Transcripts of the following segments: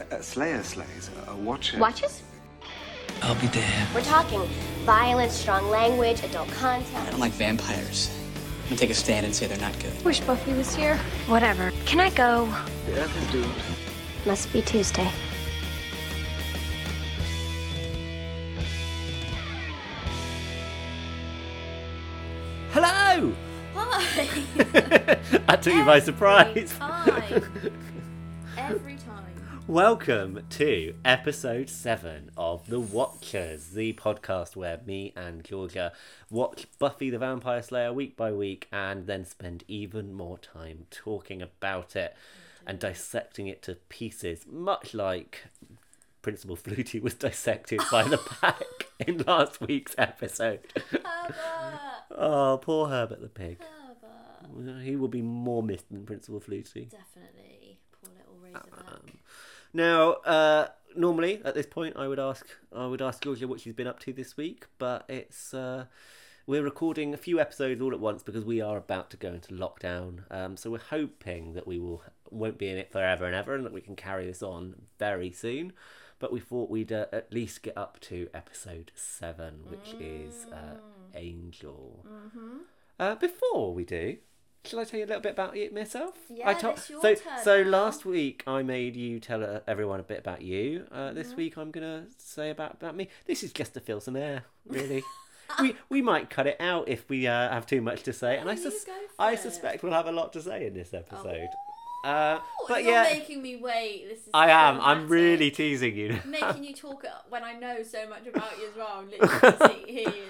a Uh, slayer slays, uh, a, a watcher. Watches? I'll be there. We're talking violence, strong language, adult I content. don't like vampires. I'm gonna take a stand and say they're not good. Wish Buffy was here. Whatever. Can I go? The earth is doomed. Must be Tuesday. Hello! Hi. I took you by surprise. Time. Every time. Welcome to episode seven of The Watchers, the podcast where me and Georgia watch Buffy the Vampire Slayer week by week and then spend even more time talking about it and dissecting it to pieces, much like Principal Flutie was dissected by the pack in last week's episode. Oh, poor Herbert the pig. He will be more missed than Principal Flutie. Definitely. Poor little Razorback. Now, uh, normally at this point, I would ask I would ask Georgia what she's been up to this week, but it's uh, we're recording a few episodes all at once because we are about to go into lockdown. Um, so we're hoping that we will won't be in it forever and ever, and that we can carry this on very soon. But we thought we'd uh, at least get up to episode seven, which is uh, Mm. Angel. Mm-hmm. Uh, before we do, shall I tell you a little bit about you, myself? Yeah, I to- it's your so turn so now. last week I made you tell uh, everyone a bit about you. Uh, this week I'm gonna say about about me. This is just to fill some air, really. we we might cut it out if we uh, have too much to say, and I you sus- go for I it. suspect we'll have a lot to say in this episode. Uh, Oh, but you're yeah, making me wait. This is I am. so I'm dramatic. really teasing you. now. making you talk when I know so much about you as well. and Literally sit here,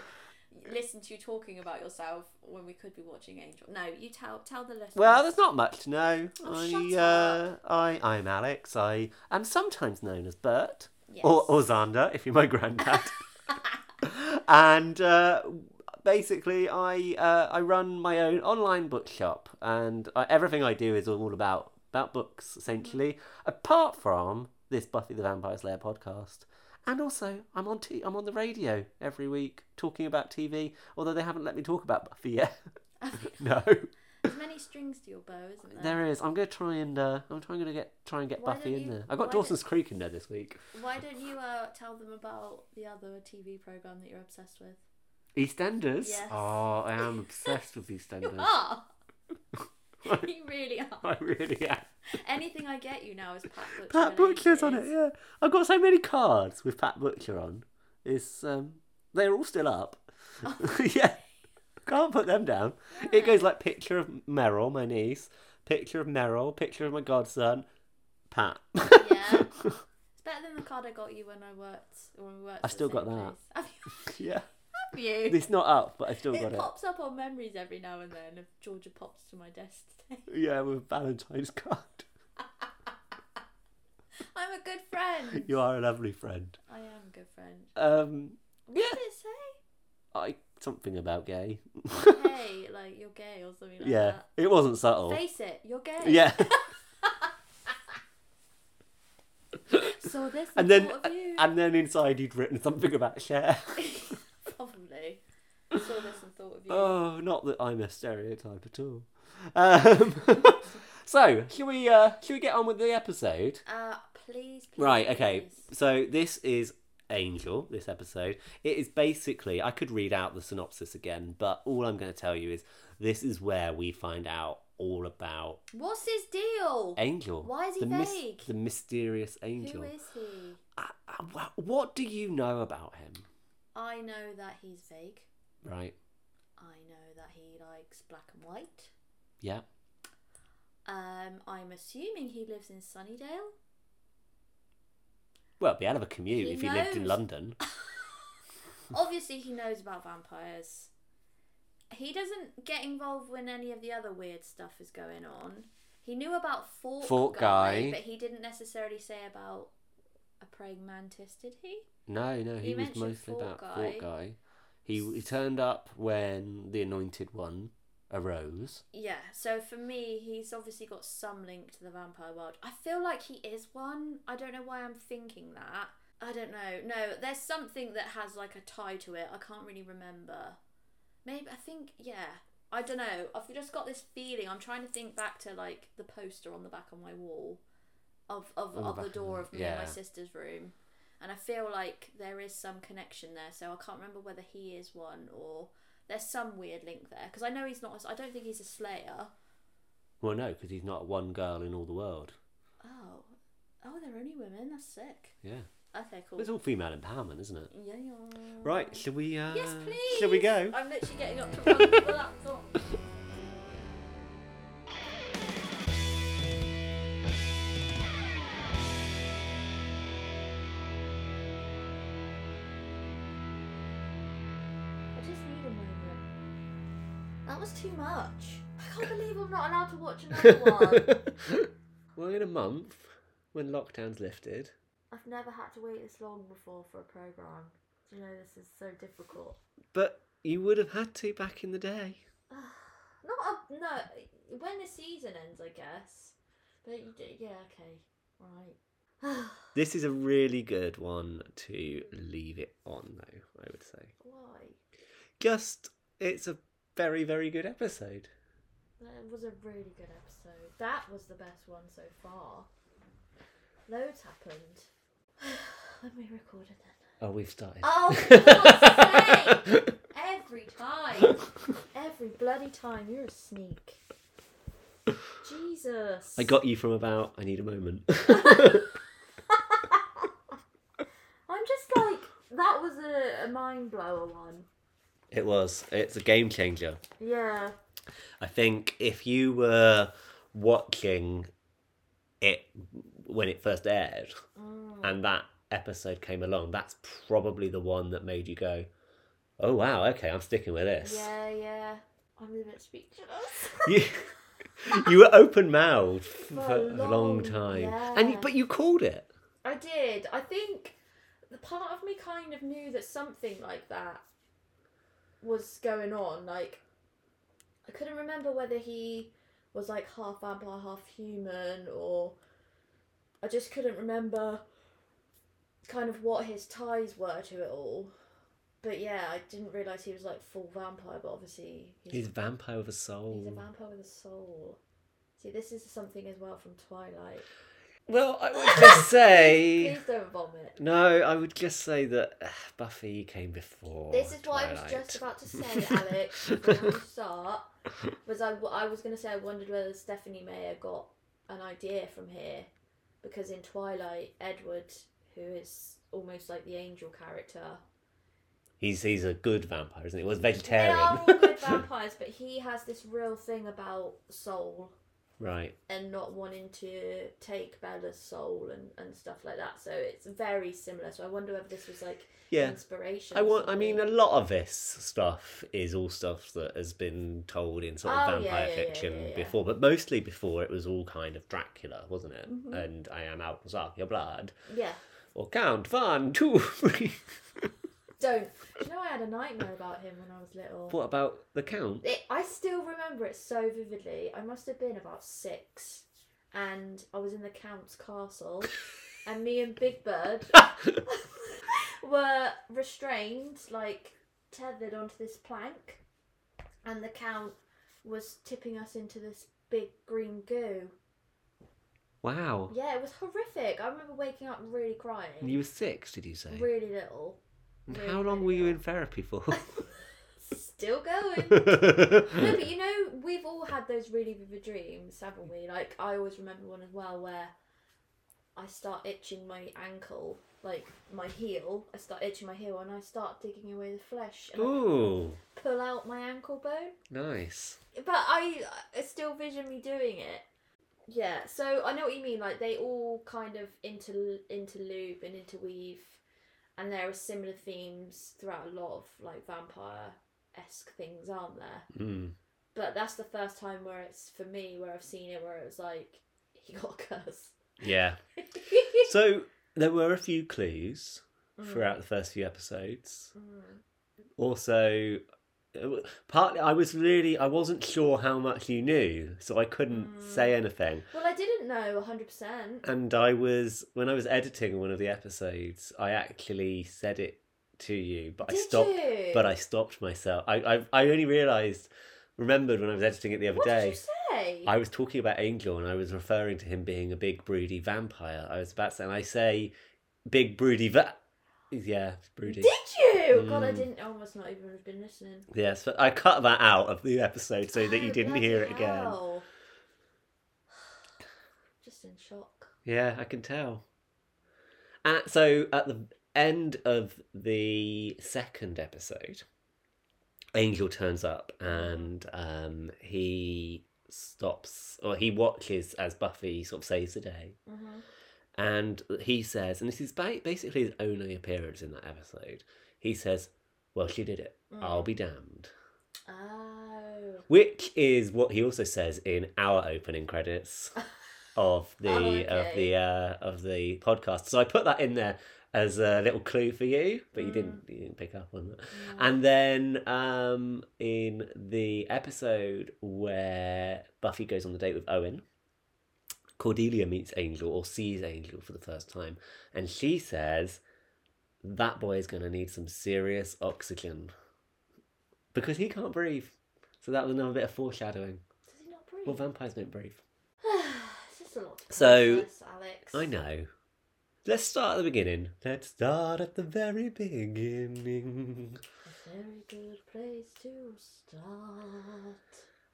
listen to you talking about yourself when we could be watching Angel. No, you tell tell the listeners. Well, there's not much to know. Oh, I, shut uh, I, I'm Alex. I am sometimes known as Bert Yes. or, or Xander, if you're my granddad. and uh, basically, I uh, I run my own online bookshop, and I, everything I do is all about about books, essentially. Mm-hmm. Apart from this Buffy the Vampire Slayer podcast. And also, I'm on t- I'm on the radio every week talking about TV, although they haven't let me talk about Buffy yet. no. There's many strings to your bow, isn't there? There is. I'm gonna try and uh, I'm trying to get try and get Why Buffy don't in you- there. I got why Dawson's Creek in there this week. Why don't you uh, tell them about the other TV program that you're obsessed with? EastEnders. Yes. Oh, I am obsessed with You EastEnders. are. you really are. I really am. Anything I get you now is Pat Butcher. Pat Butcher's on it. related. Yeah, I've got so many cards with Pat Butcher on. It's um, they're all still up. Oh. yeah, can't put them down. It goes like picture of Meryl, my niece, picture of Meryl, picture of my godson, Pat. Yeah. It's better than the card I got you when I worked. When we worked. I've at the still got same that. place. yeah, Have you? Have you? it's not up, but I still got it it. pops up on memories every now and then. If Georgia pops to my desk today, Yeah, with a Valentine's card. I'm a good friend. You are a lovely friend. I am a good friend. Um, What did it say? I something about gay. Hey, like you're gay or something like yeah, that. it wasn't subtle. Face it, you're gay. Yeah, So this and then thought of you. and then inside you'd written something about share. Probably. Saw this and thought of you. Oh, not that I'm a stereotype at all. Um, so, shall we uh, shall we get on with the episode? Uh, please, please. Right, okay. please. So this is Angel, this episode. It is basically, I could read out the synopsis again, but all I'm going to tell you is this is where we find out all about What's his deal? Angel. Why is he the mys- vague? the mysterious Angel. Who is he? I- I- wha- what do you know about him? I know that he's vague. Right. I know that he likes black and white. Yeah. Um, I'm assuming he lives in Sunnydale. Well, it'd be out of a commute He if he lived in knows. London. Obviously, he knows about vampires. He doesn't get involved when any of the other weird stuff is going on. He knew about Fork, Fork Guy. but he didn't necessarily say about a praying mantis, did he? No, no, he, You was mentioned mostly Fort about Guy. Fort Guy. He, he turned up when the Anointed One arose. Yeah, so for me, he's obviously got some link to the vampire world. I feel like he is one. I don't know why I'm thinking that. I don't know. No, there's something that has like a tie to it. I can't really remember. Maybe I think yeah. I don't know. I've just got this feeling. I'm trying to think back to like the poster on the back of my wall. I of of, On the of the back of door the- of me and my yeah. sister's room, and I feel like there is some connection there. So I can't remember whether he is one or there's some weird link there because I know he's not. a- I don't think he's a Slayer. Well, no, because he's not one girl in all the world. Oh, oh, they're only women. That's sick. Yeah. Okay, cool. It's all female empowerment, isn't it? Yeah, yeah. Right, shall we? Uh, Yes, please. Shall we go? I'm literally getting up to run to the laptop. I just need a moment. That was too much. I can't believe I'm not allowed to watch another one. well, in a month, when lockdown's lifted, I've never had to wait this long before for a program. Do you know this is so difficult? but you would have had to back in the day. Not a, no. When the season ends, I guess. But you do, yeah, okay, right. This is a really good one to leave it on, though. I would say, Why? just it's a very, very good episode. That was a really good episode. That was the best one so far. Loads happened. When we recorded then. Oh, we've started. Oh, for God's sake! Every time, every bloody time, you're a sneak. Jesus. I got you from about. I need a moment. I'm just like that was a, a mind blower one. it was. It's a game changer. Yeah. I think if you were watching it when it first aired Mm. and that episode came along, that's probably the one that made you go, oh wow, okay, I'm sticking with this. Yeah, yeah. I'm a bit speechless. You, you were open mouthed for, For for a long long, time. And you, yeah. but you called it. I did. I think the part of me kind of knew that something like that was going on. Like, I couldn't remember whether he was like half vampire, half human, or I just couldn't remember kind of what his ties were to it all. But yeah, I didn't realise he was like full vampire, but obviously He's a vampire with a soul. He's a vampire with a soul. See, this is something as well from Twilight. well, I would just say. Please don't vomit. No, I would just say that uh, Buffy came before. This is what I was Twilight. just about to say, Alex. before you start was I, I was going to say I wondered whether Stephanie Meyer got an idea from here because in Twilight, Edward, who is almost like the angel character, He's he's a good vampire, isn't he? He was they vegetarian. are all good vampires, but he has this real thing about soul right. and not wanting to take Bella's soul and, and stuff like that. So it's very similar. So I wonder whether this was like Yeah. inspiration. I or want I something. mean a lot of this stuff is all stuff that has been told in sort of Oh, yeah, vampire yeah, yeah, fiction yeah, yeah. before, but mostly before it was all kind of Dracula, wasn't it? Mm-hmm. And I am out to suck your blood. Yeah. Or count one, two, three. Don't. Do you know I had a nightmare about him when I was little? what about the count? It, I still remember it so vividly. I must have been about six, and I was in the Count's castle, and me and Big Bird were restrained, like tethered onto this plank, and the Count was tipping us into this big green goo. Wow. Yeah, it was horrific. I remember waking up really crying. And you were six, did you say? Really little. And really How long were you in therapy for? Still going. no, Mm. but you know, we've all had those really vivid dreams, haven't we? Like, I always remember one as well where I start itching my ankle, like my heel. I start itching my heel and I start digging away the flesh and Ooh, I pull out my ankle bone. nice. But I, I still vision me doing it. Yeah, so I know what you mean. Like, they all kind of inter- interloop and interweave, and there are similar themes throughout a lot of like vampire esque things, aren't there? Mm. but that's the first time where it's for me where I've seen it where it was like he got a curse. Yeah. so there were a few clues Mm. throughout the first few episodes. Also, uh, partly I was really I wasn't sure how much you knew, so I couldn't say Mm. anything. Well, I didn't know hundred percent. And I was when I was editing one of the episodes, I actually said it to you, but I Did stopped. you? But I stopped myself. I I, I only realised remembered when I was editing it the other What day. did you say? way. I was talking about Angel and I was referring to him being a big broody vampire. I was about to say, and I say big broody va. Yeah, broody. Did you? God, Mm. I didn't. I almost not even have been listening. Yes, but I cut that out of the episode so that you Oh, didn't bloody hear it again. hell. Just in shock. Yeah, I can tell. Uh, so at the end of the second episode, Angel turns up and um, he stops or he watches as Buffy sort of saves the day. Mm-hmm. And he says, and this is ba- basically his only appearance in that episode, he says, Well, she did it. Mm. I'll be damned. Oh. Which is what he also says in our opening credits of the Oh, of okay. the uh, of the podcast. So I put that in there as a little clue for you, but you didn't you didn't pick up on that. And then um, in the episode where Buffy goes on the date with Owen, Cordelia meets Angel or sees Angel for the first time, and she says that boy is going to need some serious oxygen because he can't breathe. So that was another bit of foreshadowing. Does he not breathe? Well, vampires don't breathe. It's just a lot to So- process, Alex. I know. Let's start at the beginning. Let's start at the very beginning. A very good place to start.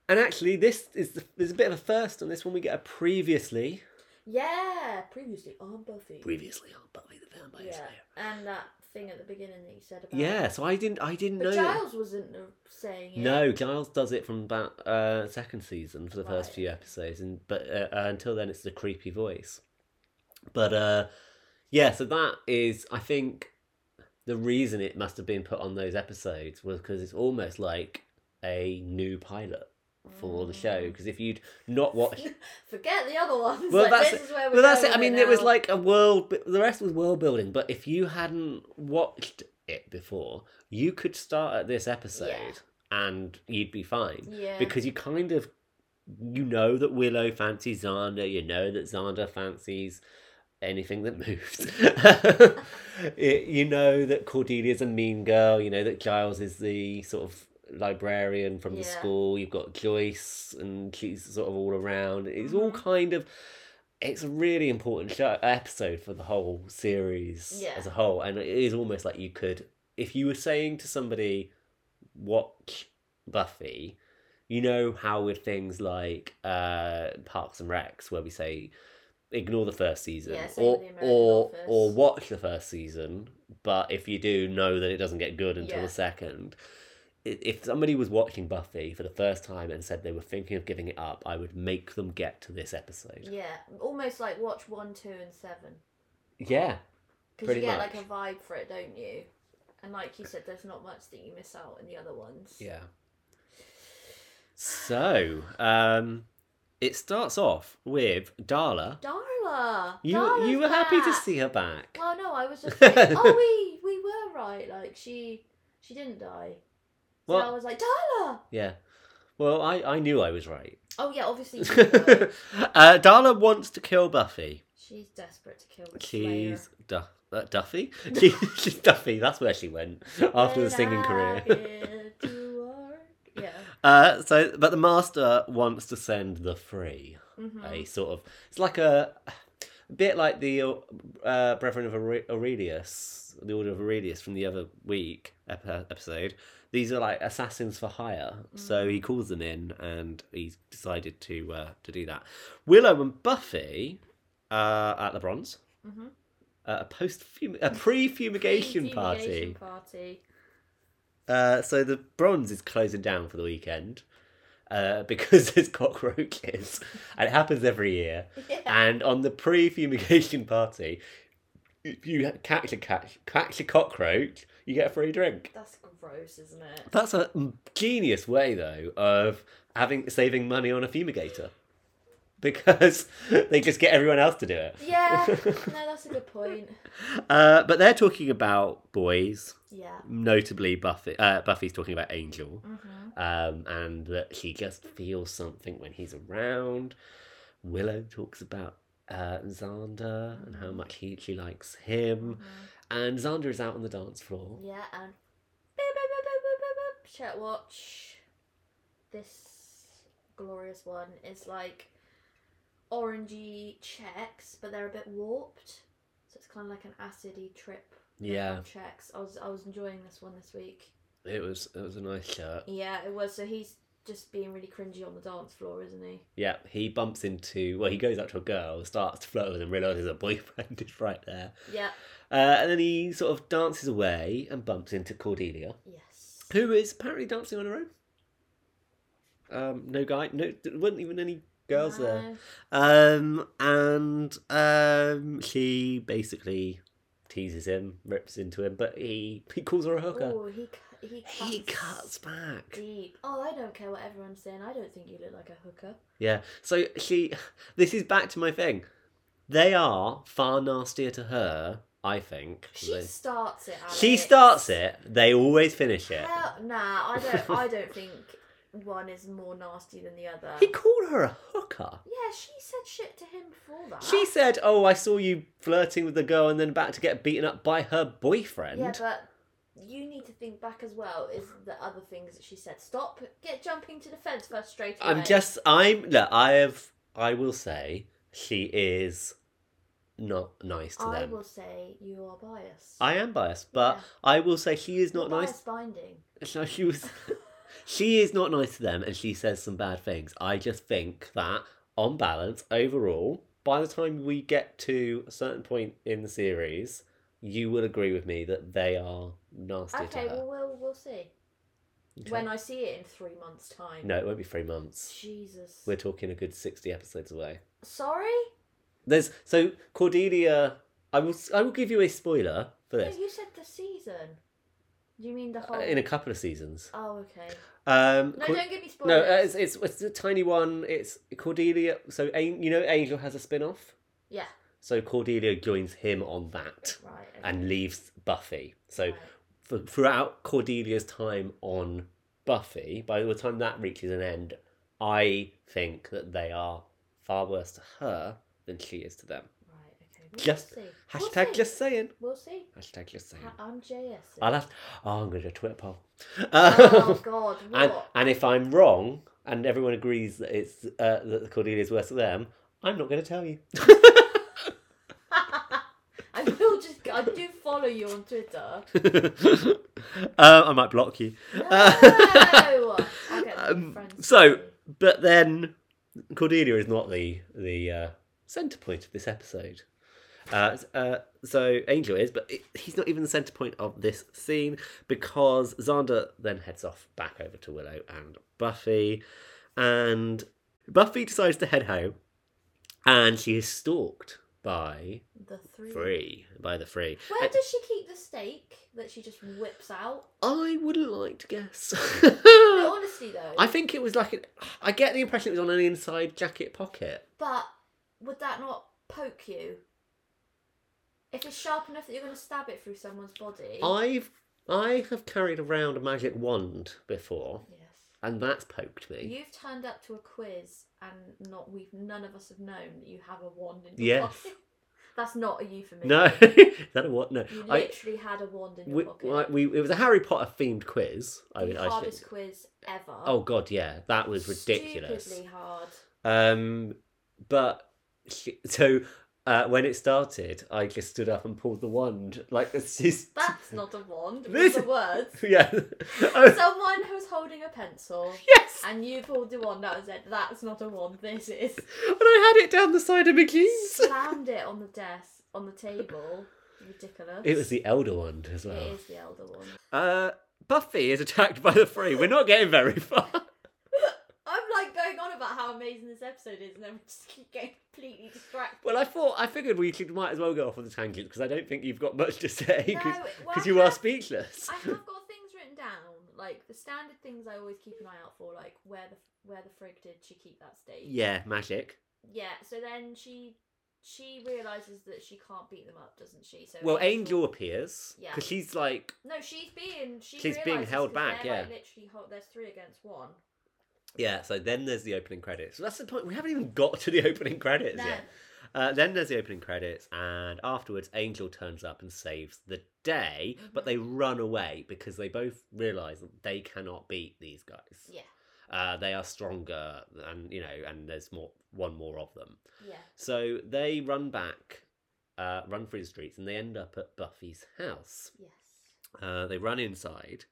And actually, this is the, there's a bit of a first on this one. We get a previously, Yeah, previously on Buffy. previously on Buffy the Vampire yeah, Slayer. and that thing at the beginning that you said about. Yeah. So I didn't. I didn't but know. that- Giles wasn't the- saying it. No, Giles does it from about uh, second season for the first Right. few episodes, and but uh, uh, until then it's the creepy voice. But uh, yeah, so that is I think the reason it must have been put on those episodes was because it's almost like a new pilot for the show. Mm. Because if you'd not watched, Forget the other ones. well, like, that's this it. is where we're well, that's going it. I with mean, it was now. like a world. bu- The rest was world building, but if you hadn't watched it before, you could start at this episode and you'd be fine. Yeah. Because you kind of, you know that Willow fancies Xander. You know that Xander fancies anything that moves. It- you know that Cordelia's a mean girl. You know that Giles is the sort of librarian from the Yeah. school. You've got Joyce, and she's sort of all around. It's all Mm-hmm. kind of. It's a really important show, episode for the whole series Yeah. as a whole, and it is almost like you could, if you were saying to somebody, watch Buffy, you know how with things like uh, Parks and Recs, where we say ignore the first season, Yeah, same or with The American or Office. or watch the first season, but if you do, know that it doesn't get good until Yeah. the second. I- If somebody was watching Buffy for the first time and said they were thinking of giving it up, I would make them get to this episode. Yeah, almost like watch one, two, and seven. Yeah, Because Pretty you get much. like a vibe for it, don't you? And like you said, there's not much that you miss out in the other ones. Yeah. So, um, it starts off with Darla. Darla. You Darla's you were happy to back! see her back. Well, no, I was just like, oh, we we were right. Like she she didn't die. So Well- I was like, Darla. Yeah. Well, I, I knew I was right. Oh yeah, obviously you were. uh, Darla wants to kill Buffy. she's desperate to kill the Slayer. She's Duff, uh, Duffy. She- she's Duffy. That's where she went after the When singing I career. get to work. Yeah. Uh, so, but the master wants to send the free. A sort of it's like a, a bit like the uh, Brethren of Aure- Aurelius, the Order of Aurelius from the other week ep- episode. These are like assassins for hire, so he calls them in, and he's decided to uh, to do that. Willow and Buffy uh, at the Bronze. Uh, a post a pre fumigation party. Fumigation party. Uh, so the bronze is closing down for the weekend uh, because there's cockroaches, and it happens every year. And on the pre-fumigation party, if you catch a catch, catch a cockroach, you get a free drink. That's gross, isn't it? That's a genius way, though, of having saving money on a fumigator because they just get everyone else to do it. Yeah. no, that's a good point. Uh, but they're talking about boys Yeah. notably Buffy. Uh, Buffy's talking about Angel, um, and that she just feels something when he's around. Willow talks about uh, Xander and how much he she likes him, and Xander is out on the dance floor. Yeah, and beep, beep, beep, beep, beep, beep, beep, chat watch. This glorious one is like orangey checks, but they're a bit warped. So it's kind of like an acidy trip Yeah, checks. I was I was enjoying this one this week. it was it was a nice shirt. Yeah, it was. So he's just being really cringy on the dance floor, isn't he? Yeah, he bumps into well, he goes up to a girl, starts to flirt with him, realizes her boyfriend is right there, Yeah. uh, and then he sort of dances away and bumps into Cordelia, Yes. who is apparently dancing on her own. Um, no guy, no, there weren't even any girls there. No. Um, and um, she basically teases him, rips into him, but he he calls her a hooker. Oh, he cu- he cuts He cuts back. deep. Oh, I don't care what everyone's saying. I don't think you look like a hooker. Yeah. So she, this is back to my thing. They are far nastier to her, I think. She They- starts it. Alex. she starts it. They always finish it. Hell, nah, I don't. I don't think one is more nasty than the other. He called her a hooker. Yeah, she said shit to him before that. She said, "Oh, I saw you flirting with the girl, and then about to get beaten up by her boyfriend." Yeah, but you need to think back as well. Is the other things that she said? Stop. Get jumping to the fence first, straight away. I'm just I'm look, I have I will say she is not nice to I them. will say you are biased. I am biased, but Yeah. I will say she is not nice. Bias binding. So she was she is not nice to them and she says some bad things. I just think that on balance overall, by the time we get to a certain point in the series, you will agree with me that they are nasty Okay, to her. well we'll we'll see Okay. when I see it in three months' time. No, it won't be 3 months. Jesus. We're talking a good 60 episodes away. Sorry. There's so Cordelia. I will. I will give you a spoiler for No, this. you said the season. Do you mean the whole? Uh, In a couple of seasons. Oh, okay. Um, No, Cor- don't give me no, spoilers. uh, it's, it's it's a tiny one. It's Cordelia. So An- you know, Angel has a spin-off. Yeah. So Cordelia joins him on that Right. Okay. and leaves Buffy. So Right. for, throughout Cordelia's time on Buffy, by the time that reaches an end, I think that they are far worse to her than she is to them. Right. Okay. We'll Just see. hashtag We'll see. just saying. We'll see. Hashtag just saying. Ha- I'm JS. I'll have. Oh, I'm going to do a Twitter poll. oh Um, God. What? and and if I'm wrong, and everyone agrees that it's uh, that Cordelia is worse than them, I'm not going to tell you. I will just. I do follow you on Twitter. uh, I might block you. No. I'll get Um, friends so, with but then Cordelia is not the the uh, center point of this episode. Uh, uh, so Angel is, but it, he's not even the center point of this scene because Xander then heads off back over to Willow and Buffy, and Buffy decides to head home, and she is stalked by you. the three. three by the three. Where And does she keep the steak that she just whips out? I wouldn't like to guess. No, honestly though, I think it was like an. I get the impression it was on an inside jacket pocket. but would that not poke you? If it's sharp enough that you're going to stab it through someone's body. I've I have carried around a magic wand before, Yes. and that's poked me. You've turned up to a quiz and not we've none of us have known that you have a wand in your Yes. pocket. That's not a euphemism. No, is that a what? No, You I literally had a wand in your we, pocket. I- we it was a Harry Potter themed quiz. I, the I hardest should. quiz ever. Oh god, yeah, that was ridiculous. Stupidly hard. Um, but she- so uh, when it started, I just stood up and pulled the wand like this is That's not a wand. This- These are words. yeah. Oh, Someone who's holding a pencil yes. and you pulled the wand out and said, That's not a wand, this is. And I had it down the side of my keys. Slammed it on the desk, on the table. Ridiculous. It was the Elder Wand as It well. is the elder one. Uh, Buffy is attacked by the three. We're not getting very far. I'm like going on about how amazing this episode is, and then we just keep getting completely distracted. Well, I thought I figured we could, might as well go off on the tangent because I don't think you've got much to say No, because well, you I are have- speechless. I have got things written down, like the standard things I always keep an eye out for, like where the where the frig did she keep that steak? Yeah, magic. Yeah. So then she she realizes that she can't beat them up, doesn't she? So Well, Angel appears Yeah. because she's like, No, she's being she She's being realises held 'cause back, they're, like, yeah. literally, hol- there's three against one. yeah. So then there's the opening credits. So that's the point. We haven't even got to the opening credits No. yet. Uh, then there's the opening credits, and afterwards, Angel turns up and saves the Mm-hmm. day, but they run away because they both realise that they cannot beat these guys. Yeah. uh, they are stronger, and you know, and there's more one more of them. Yeah. So they run back, uh, run through the streets, and they end up at Buffy's house. Yes. Uh, they run inside,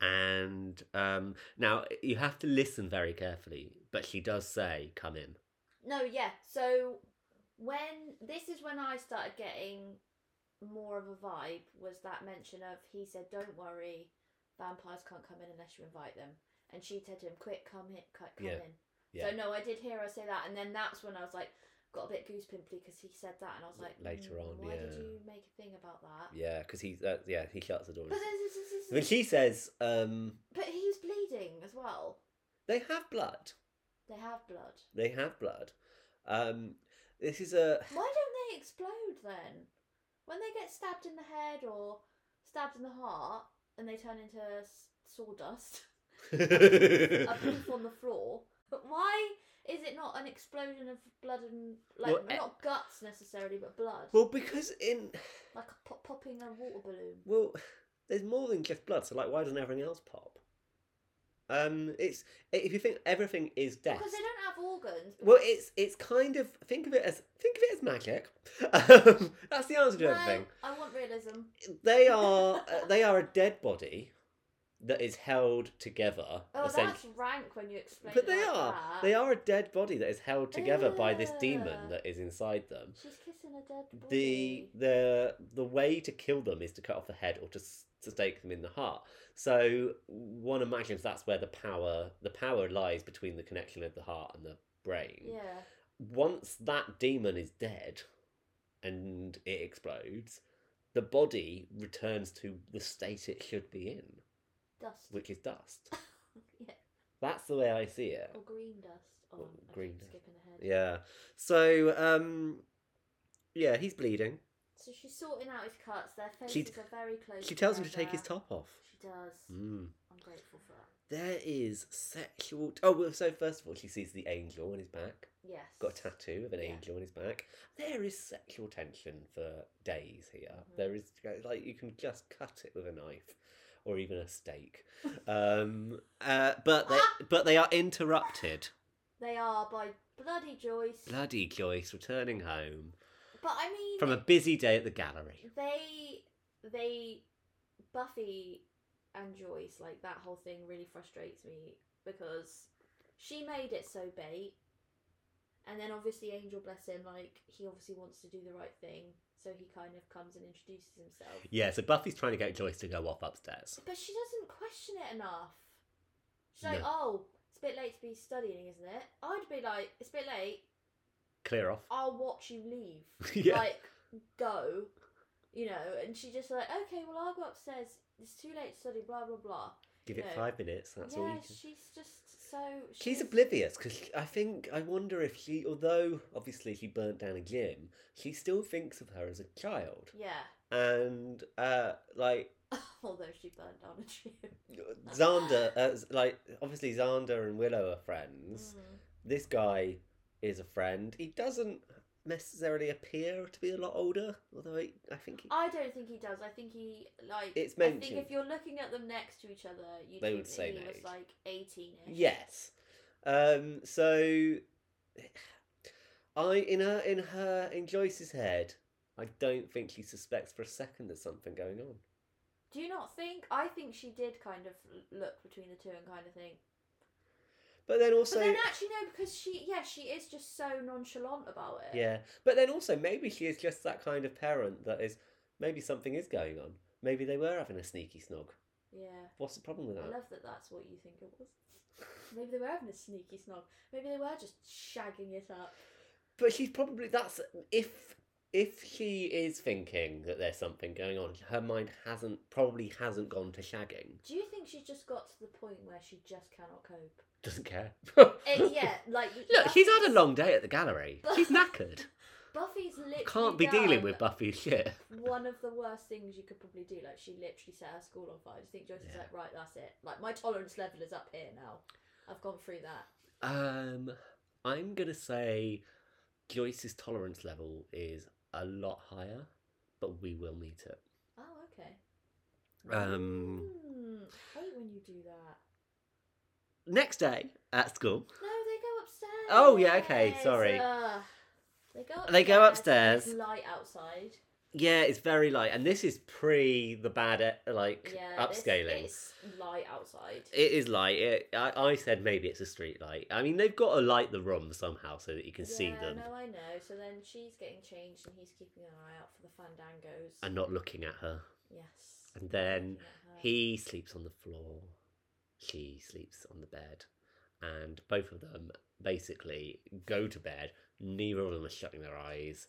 and um, now you have to listen very carefully. But she does say, "Come in." No, yeah. So when this is when I started getting more of a vibe was that mention of he said, "Don't worry, vampires can't come in unless you invite them," and she said to him, "Quick, come in, quick, come Yeah. in." So no, I did hear her say that, and then that's when I was like, got a bit goose pimply because he said that, and I was like, Later "Mm, on, why did yeah. you make a thing about that?" Yeah, because he, uh, yeah, he shuts the door. But, this is- this is- When she says, um, but he's bleeding as well. "They have blood. They have blood. They have blood." Um, this is a Why don't they explode then? When they get stabbed in the head or stabbed in the heart and they turn into s- sawdust, a poof on the floor. But why is it not an explosion of blood and like Well, eh- not guts necessarily, but blood, well because in like a pop- popping a water balloon? Well, there's more than just blood, so like, why doesn't everything else pop? Um, it's if you think everything is death. Because they don't have organs. Well, it's it's kind of think of it as think of it as magic. Um, that's the answer to No, everything. I want realism. They are uh, they are a dead body that is held together. Oh, essen- that's rank when you explain. but it they like are that. they are a dead body that is held together by this demon Ugh. that is inside them. She's kissing a dead the body. the the way to kill them is to cut off the head or to, s- to stake them in the heart. So one imagines that's where the power the power lies between the connection of the heart and the brain. Yeah. Once that demon is dead and it explodes, the body returns to the state it should be in, Dust. which is dust. yeah. That's the way I see it. Or green dust. Oh, Or green I'm green dust. skipping ahead. Yeah. So um yeah, he's bleeding. So she's sorting out his cuts. Their faces She- are very close. She tells him to take together. his top off. She does. Mm. I'm grateful for that. There is sexual. Oh well, so first of all, she sees the angel on his back. Yes. Got a tattoo of an Yeah. angel on his back. There is sexual tension for days here. Mhm. There is like you can just cut it with a knife, or even a stake. um, uh, but they but they are interrupted. They are by bloody Joyce. Bloody Joyce returning home But I mean, from a busy day at the gallery. they they Buffy and Joyce like that whole thing really frustrates me because she made it so bait, and then obviously Angel bless him like he obviously wants to do the right thing, so he kind of comes and introduces himself. Yeah, so Buffy's trying to get Joyce to go off upstairs. But she doesn't question it enough. She's like, No. oh, it's a bit late to be studying, isn't it? I'd be like, it's a bit late. Clear off. I'll watch you leave. Yeah. Like, go. You know, and she just like, okay, well, I'll go upstairs. It's too late to study, blah, blah, blah. Give you it know. five minutes. That's all yeah, you can. she's just so. She's oblivious because I think I wonder if she, although obviously she burnt down a gym, she still thinks of her as a child, Yeah. and uh, like Although she burned down a tree. Xander, uh, like obviously Xander and Willow are friends. Mhm. This guy is a friend. He doesn't necessarily appear to be a lot older, although I, I think he, I don't think he does. I think he like. It's I mentioned. think if you're looking at them next to each other, you They think would that say he an was age. like 18ish. yes. Um, so I in her in her in Joyce's head. I don't think she suspects for a second there's something going on. Do you not think? I think she did kind of l- look between the two and kind of think. But then But also, then actually no, because she yeah she is just so nonchalant about it. yeah. But then also, maybe she is just that kind of parent that is. Maybe something is going on. Maybe they were having a sneaky snog. Yeah. What's the problem with I that? love that. That's what you think it was. Maybe they were having a sneaky snog. Maybe they were just shagging it up. But she's probably that's if if she is thinking that there's something going on, her mind hasn't probably hasn't gone to shagging. Do you think she just got to the point where she just cannot cope? Doesn't care. Eh, yeah, like Look, she's had a Buffy's- long day at the gallery. Bu- She's knackered. Buffy's literally Can't be dealing done with Buffy's shit. one of the worst things you could probably do. Like she literally set her school on fire. Do you think Joyce is Yeah. like, right, that's it. Like my tolerance level is up here now. I've gone through that. Um, I'm gonna say Joyce's tolerance level is a lot higher, but we will meet it. Oh, okay. Um, Hmm. I hate when you do that. next day at school, No, they go upstairs. Oh, yeah, okay, sorry. Ugh. they go upstairs. They go It's upstairs. light outside. yeah, it's very light, and this is pre the bad eh, like Yeah. this- upscaling. It's light outside. It is light. It, I, I said maybe it's a street light. I mean, they've got to light the room somehow so that you can see yeah, them No, I know. So then she's getting changed and he's keeping an eye out for the fandangos. and not looking at her. yes. And then Yeah. he sleeps on the floor, she sleeps on the bed, and both of them basically go to bed. Neither of them are shutting their eyes.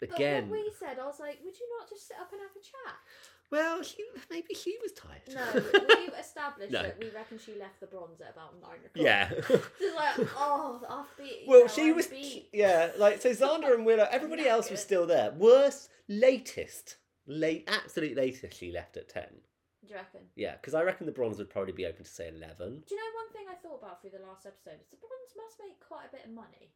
But Again, what we said, I was like, would you not just sit up and have a chat? well, he, maybe he was tired. No, we've established No. that we reckon she left the bronze at about nine o'clock. yeah. Just like, oh, off beat. you well, know, she I'm was. beat. Yeah, like so. Xander and Willow. Everybody else was Knackered. still there. Worst, latest, late, absolute latest. She left at ten. Do you reckon? Yeah, because I reckon the bronze would probably be open to say eleven. Do you know one thing I thought about through the last episode? Is the bronze must make quite a bit of money.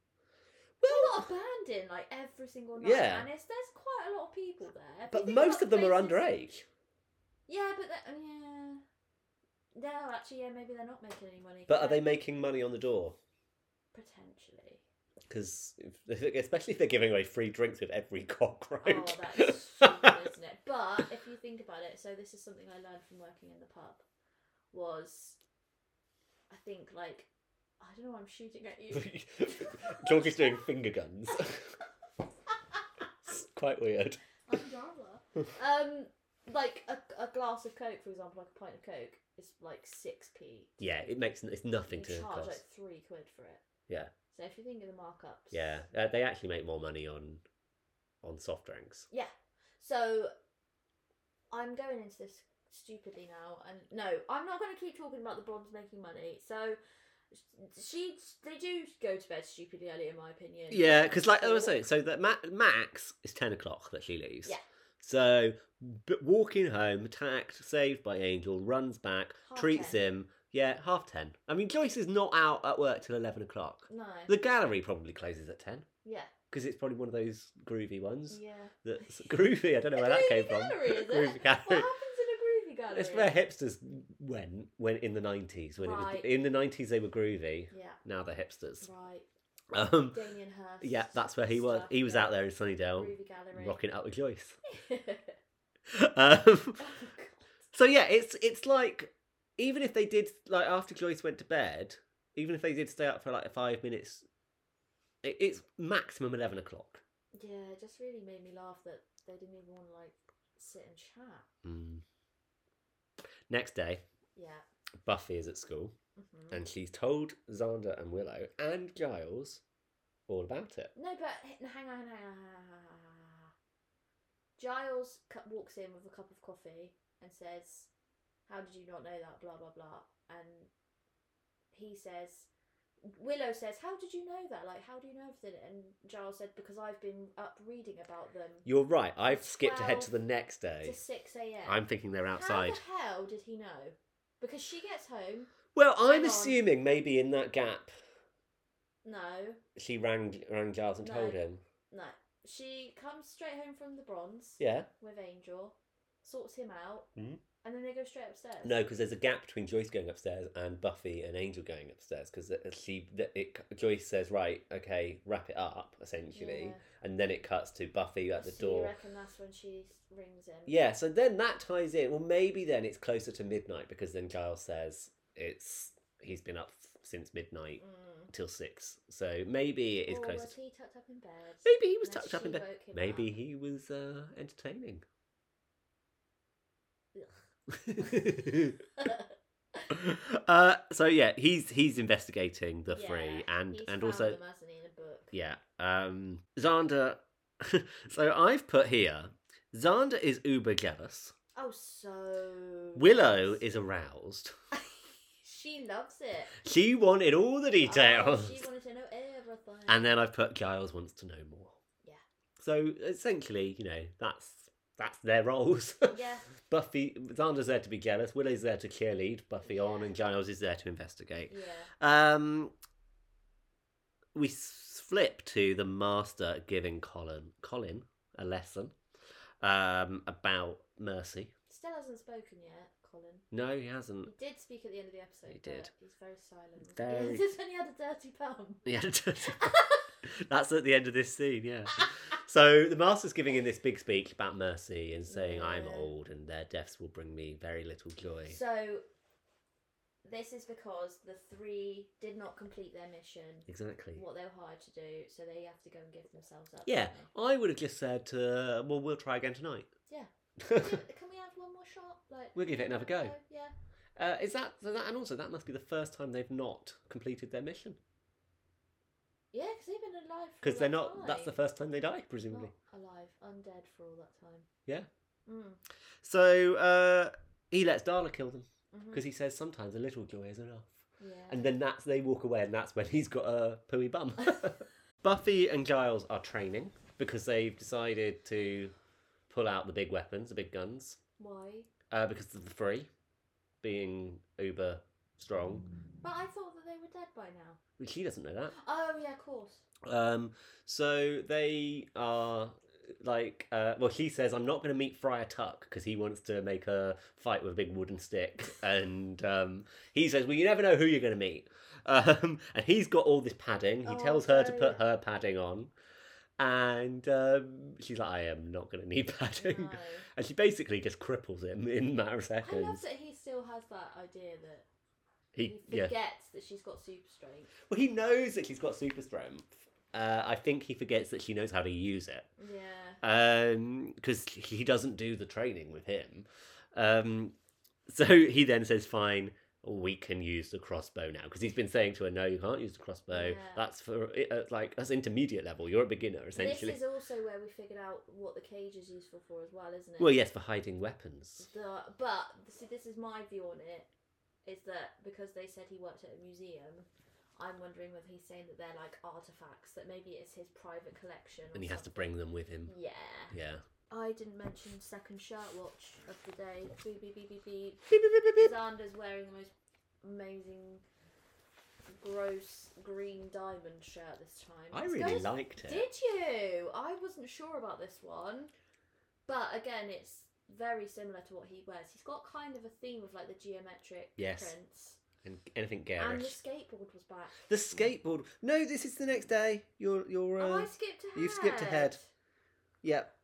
A lot of band in like every single night, Yeah. and it's, there's quite a lot of people there. If you but think most about of them the are places- underage. Yeah, but that- yeah, no, actually, yeah, maybe they're not making any money. But are Yeah, they making money on the door? potentially? Because especially if they're giving away free drinks with every Oh, cockroach. that's stupid, isn't it? But if you think about it, so this is something I learned from working in the pub. Was I think like I don't know why I'm shooting at you. Jorky's doing finger guns. it's quite weird. I'm Darla. um, like a, a glass of Coke, for example, like a pint of Coke is like six p. Yeah, it makes it's You nothing to charge cost. like three quid for it. Yeah, So if you think of the markups, yeah. Uh, they actually make more money on on soft drinks. yeah. So I'm going into this stupidly now, and no, I'm not going to keep talking about the blondes making money. So she, they do go to bed stupidly early, in my opinion. Yeah, because like I was Or- saying, so that Ma- Max is ten o'clock that she leaves. Yeah. So b- walking home, attacked, saved by Angel, runs back, Half treats 10. him. Yeah, half ten. I mean, Joyce is not out at work till eleven o'clock. No. The gallery probably closes at ten yeah. because it's probably one of those groovy ones. Yeah. That's groovy. I don't know where that Groovy came gallery, is from. it? groovy What gallery. happens in a groovy gallery? It's where hipsters went when in the nineties. When it was, Right. in the nineties they were groovy. Yeah. Now they're hipsters. Right. Um, Damien Hirst. yeah, that's where he was. stuff, He was yeah. out there in Sunnydale, Groovy gallery. rocking out with Joyce. oh, Um, God. so yeah, it's it's like even if they did like after Joyce went to bed, even if they did stay up for like five minutes, it, it's maximum eleven o'clock. Yeah, it just really made me laugh that they didn't even want to like sit and chat. Next day, Yeah. Buffy is at school hmm and she's told Xander and Willow and Giles all about it. No, but h- hang on, hang on, hang on, hang on, hang on, hang on. Giles cu- walks in with a cup of coffee and says, "How did you not know that?" Blah blah blah. And he says, "Willow says, how did you know that? Like, how do you know everything?" And Giles said, "Because I've been up reading about them You're right. I've skipped ahead to the Twelve next to day. six a.m." I'm thinking they're outside. How the hell did he know? Because she gets home. Well, I'm Hang on. assuming maybe in that gap No, she rang rang Giles and No. told him. no. She comes straight home from the bronze Yeah. with Angel, sorts him out, Mhm. and then they go straight upstairs. No, because there's a gap between Joyce going upstairs and Buffy and Angel going upstairs because she that it, Joyce says right, okay, wrap it up essentially, Yeah. and then it cuts to Buffy at the so You door. reckon that's when she rings him? Yeah, so then that ties in. Well, maybe then it's closer to midnight because then Giles says it's he's been up since midnight Mm. till six. So maybe it is or closer. Oh, was To, he tucked up in bed? maybe he was Unless tucked up she in bed. woke him Maybe up. he was uh, entertaining. uh, so yeah, he's he's investigating the three Yeah, and he's and found also them, hasn't he, in a book. yeah. Um, Xander. so I've put here. Xander is uber jealous. Oh, so Willow is aroused. she loves it. She wanted all the details. Oh, she wanted to know everything. And then I've put Giles wants to know more. Yeah. So essentially, you know, that's that's their roles. yeah, Buffy, Xander's there to be jealous. Willow's there to cheerlead. Buffy on, Yeah. and Giles is there to investigate. yeah. Um, we s- flip to the master giving Colin Colin a lesson um, about mercy. It's still hasn't spoken yet, Colin. No, he hasn't. He did speak at the end of the episode. He but did. He's very silent. Very- Is this when he had a dirty bum? Yeah, that's at the end of this scene, yeah. So the master's giving in this big speech about mercy and saying, "I'm Yeah. old, and their deaths will bring me very little joy." So, this is because the three did not complete their mission, Exactly. what they were hired to do, so they have to go and give themselves up. Yeah, don't I would have just said, uh, "Well, we'll try again tonight. they? Yeah. Do- Can we have one more shot? Like, We'll give it another go." no, yeah. Uh, is that, so that and also that must be the first time they've not completed their mission Yeah, because they've been alive for because all they're that not. That's time. the first time they die, presumably. Not alive, undead for all that time. Yeah. Mm. So uh, he lets Darla kill them because he says sometimes a little joy is enough. Yeah. And then that's they walk away, and that's when he's got a pooey bum. Buffy and Giles are training because they've decided to pull out the big weapons, the big guns, Why? uh, because of the three being uber strong. But I thought that they were dead by now. Well, She doesn't know that. Oh yeah, of course. Um, so they are like, uh, well, she says, I'm not going to meet Friar Tuck because he wants to make a fight with a big wooden stick. And um, he says, Well, you never know who you're going to meet. Um, and he's got all this padding. He Oh, tells her to no. put her padding on. And um, she's like, I am not going to need padding. No. And she basically just cripples him in a matter of I love seconds. that he still has that idea that He, he yeah. forgets that she's got super strength. Well, he knows that she's got super strength. Uh, I think he forgets that she knows how to use it. Yeah. because Um, he doesn't do the training with him. Um, so he then says, "Fine, we can use the crossbow now," because he's been saying to her, "No, you can't use the crossbow. Yeah. That's for uh, like that's intermediate level. You're a beginner This essentially." is also where we figured out what the cage is useful for as well, isn't it? Well, yes, for hiding weapons. The, but see, this is my view on it: is that because they said he worked at a museum, I'm wondering whether he's saying that they're like artifacts that maybe it's his private collection. Or And he has to something. bring them with him. Yeah. Yeah. I didn't mention second shirt watch of the day. Beep beep beep beep beep. Beep, beep, beep, beep, beep. Xander's wearing the most amazing, gross green diamond shirt this time. I It's really goes- liked it. Did you? I wasn't sure about this one, but again, it's very similar to what he wears. He's got kind of a theme of like the geometric Yes. prints, And anything and the garish. skateboard was back. The skateboard. No, this is the next day. You're you're. Uh... oh, I skipped ahead. you've skipped ahead. Yep.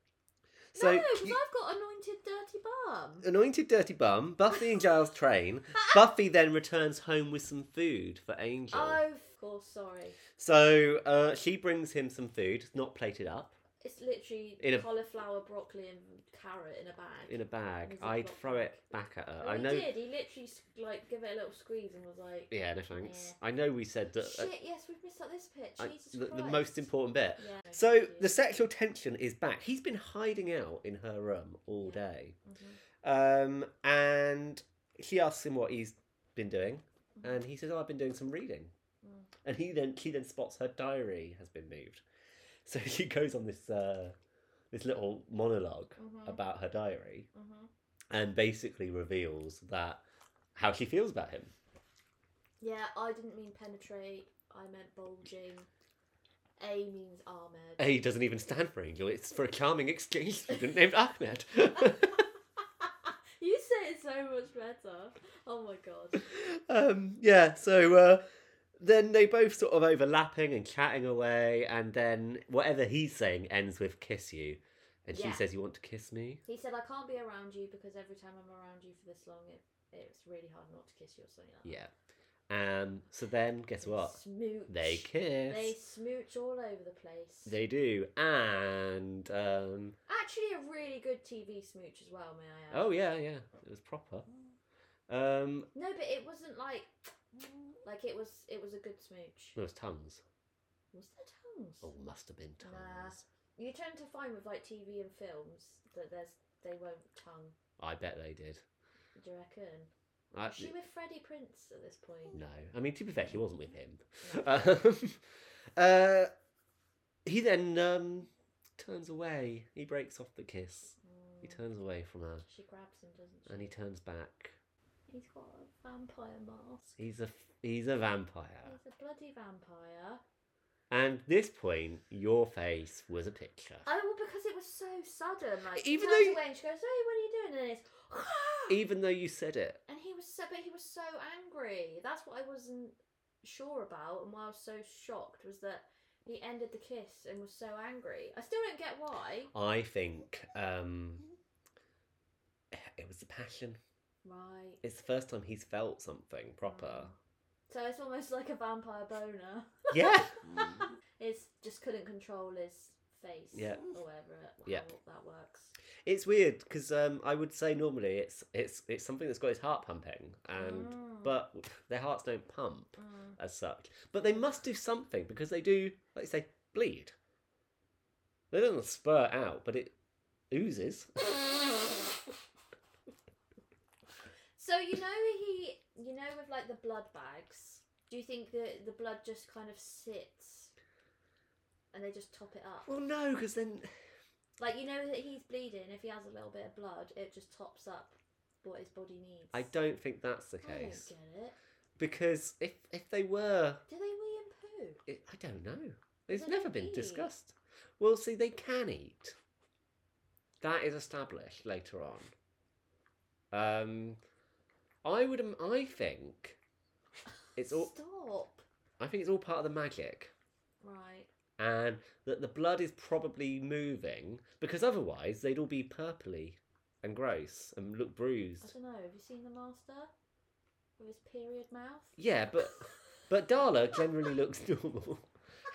No, So because you- I've got anointed dirty bum. Anointed Dirty Bum, Buffy and Giles train. Buffy then returns home with some food for Angel. Oh, of course, sorry. So uh, she brings him some food, it's not plated up, It's literally In a- cauliflower, broccoli, and carrot in a bag. in a In bag. a I'd Ziploc throw it bag. back at her. And I he know. Oh, did. He literally s- like give it a little squeeze and was like, Yeah, no thanks. I know we said that. uh, "Shit, yes, we've missed out this bit." I- Jesus Uh, the, the Christ. most important bit. Yeah. So Thank you. the sexual tension is back. He's been hiding out in her room all Yeah. day. Mhm. Um, and she asks him what he's been doing, Mm-hmm. and he says, "Oh, I've been doing some reading." Mm. And he then she then spots her diary has been moved, so she goes on this uh, this little monolog Mm-hmm. about her diary, and basically reveals that how she feels about him. Yeah, I didn't mean penetrate. I meant bulging. A means Ahmed. A doesn't even stand for angel; it's for a charming exchange student named Ahmed. you say it so much better. Oh my god. um, yeah, so uh, then they both sort of overlapping and chatting away, and then whatever he's saying ends with kiss you. And she Yeah. says, You want to kiss me? He said, "I can't be around you because every time I'm around you for this long, it, it's really hard not to kiss you or something like that." Yeah. Um, so then, guess what? Smooch. They kiss. They smooch all over the place. They do. And, um, Actually, a really good TV smooch as well, may I add. oh, yeah, yeah, it was proper. Um, No, but it wasn't like like it was. It was a good smooch. there was tongues. Was there tongues? Hmm. Oh, must have been tongues. You tend to find with like TV and films that there's they won't tongue. I bet they did. Do you reckon? I, Was she with Freddie Prince at this point? No, I mean to be fair, he wasn't with him. Um, uh, he then um, turns away. He breaks off the kiss. He turns away from her, She grabs him, doesn't she? and he turns back. He's got a vampire mask. He's a he's a vampire. He's a bloody vampire. And this point, your face was a picture. Oh, well, because it was so sudden. Like, she Even turns though- away and she goes, "Hey, what are you doing?" And then it's, "Ah!" Even though you said it. and he was so, but he was so angry. That's what I wasn't sure about, and why I was so shocked was that he ended the kiss and was so angry. I still don't get why. I think um, it was the passion. Right. It's the first time he's felt something proper. So it's almost like a vampire boner. Yeah. It's just couldn't control his face. Yeah. Or whatever. it- Yeah. how That works. It's weird because um, I would say normally it's it's it's something that's got his heart pumping, and Mm. but their hearts don't pump as such. But they must do something because they do, like you say, bleed. They don't spurt out, but it oozes. So you know he, you know with like the blood bags. Do you think the the blood just kind of sits, and they just top it up? well, no, because then Like you know that he's bleeding. If he has a little bit of blood, it just tops up what his body needs. I don't think that's the I don't case get it. because if if they were Do they wee and poo? It, I don't know. It's don't never been eat. discussed. Well, see, they can eat. That is established later on. Um, I would. im- I think it's all. Stop. I think it's all part of the magic, Right. and that the blood is probably moving because otherwise they'd all be purpley and gross and look I bruised. don't know. Have you seen the master with his period mouth? Yeah, but but Darla generally looks normal.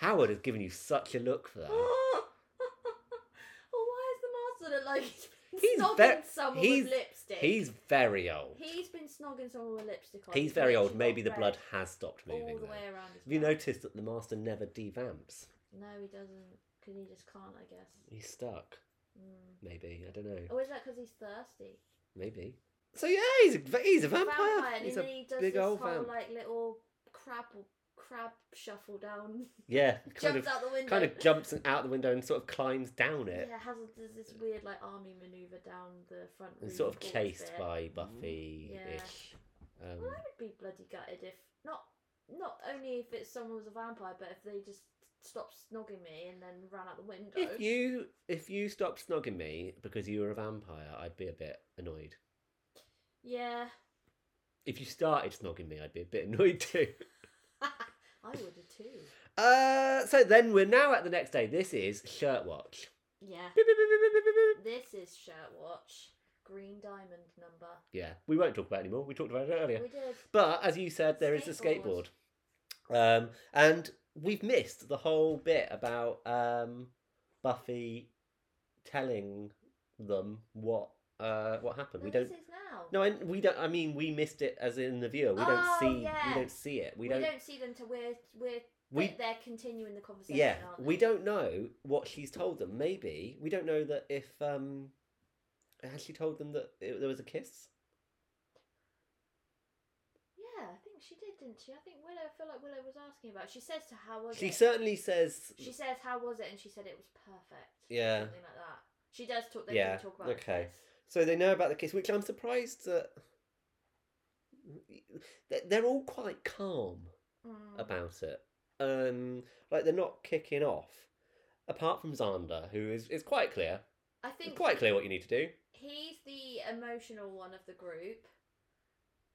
Howard has given you such a look for that. well, why is the master look like he's been He's snogging ve- someone he's- with lipstick? He's very old. He's been snogging someone with lipstick on. He's very old. literally Maybe the got blood red has stopped all moving. the though. way around. His Have you back. noticed that the master never devamps? No, he doesn't. Because he just can't, I guess. He's stuck. Mm. Maybe I don't know. Or is that because he's thirsty? Maybe. So yeah, he's a, va- he's a vampire. and he's then a he does big this old whole vamp. like little crab crab shuffle down. yeah, kind jumps of out the window. kind of jumps and out the window and sort of climbs down it. Yeah, has a, does this weird like army maneuver down the front. And room sort of porch cased bit. by Buffy ish. Well, Um, I would be bloody gutted if not not only if it's someone was a vampire, but if they just stopped snogging me and then ran out the window. if you if you stopped snogging me because you were a vampire, I'd be a bit annoyed. Yeah, If you started snogging me, I'd be a bit annoyed too. I would have too. Uh, so then we're now at the next day. This is Shirt Watch. Yeah, Beep, beep, beep, beep, beep, beep, beep. this is shirt watch, green diamond number. Yeah, we won't talk about it anymore. We talked about it earlier. We did. But as you said, there is Skateboard. a skateboard. Um, and we've missed the whole bit about um, Buffy telling them what uh, what happened. No, we this don't. is now. No, I, we don't. I mean, we missed it as in the viewer. We Oh, don't see. yeah. We don't see it. We, we, don't. don't, see them till we're we're We- they're, they're continuing the conversation. yeah, aren't we they? don't know what she's told them. Maybe we don't know that if um, has she told them that it, there was a kiss? Yeah, I think she did, didn't she? I think Willow. I feel like Willow was asking about. it. She says to how was She it? certainly says She says, "How was it?" And she said, "It was perfect." Yeah. something like that. She does talk. They do Yeah, talk about the okay. kiss. So they know about the kiss, which I'm surprised that They- they're all quite calm Mm. about it. Um, like they're not kicking off, apart from Xander, who is is quite clear, I It's think quite clear what you need to do. he's the emotional one of the group.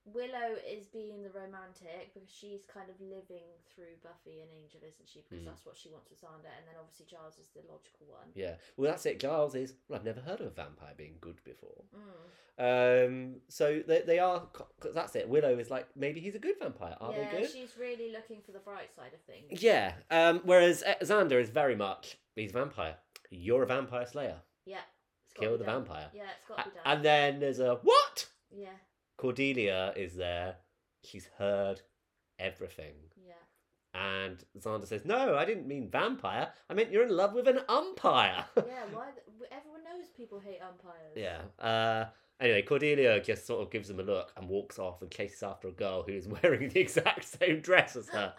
Willow is being the romantic because she's kind of living through Buffy and Angel, isn't she? Because Mm. that's what she wants with Xander, and then obviously Giles is the logical one. Yeah. Well, that's it. Giles is. Well, I've never heard of a vampire being good before. Mm. Um, so they they are. co- That's it. Willow is like maybe he's a good vampire. Are yeah, they good? she's really looking for the bright side of things. Yeah. Um, whereas eh, Xander is very much he's a vampire. You're a vampire slayer. Yeah, it's gotta Kill the be done. vampire. Yeah, it's got to be A- done. And then there's a what? yeah, Cordelia is there. She's heard everything. yeah. And Xander says, No, I didn't mean vampire. I meant you're in love with an umpire. yeah, why? The, w- everyone knows people hate umpires. yeah. Uh, anyway, Cordelia just sort of gives him a look and walks off and chases after a girl who is wearing the exact same dress as her.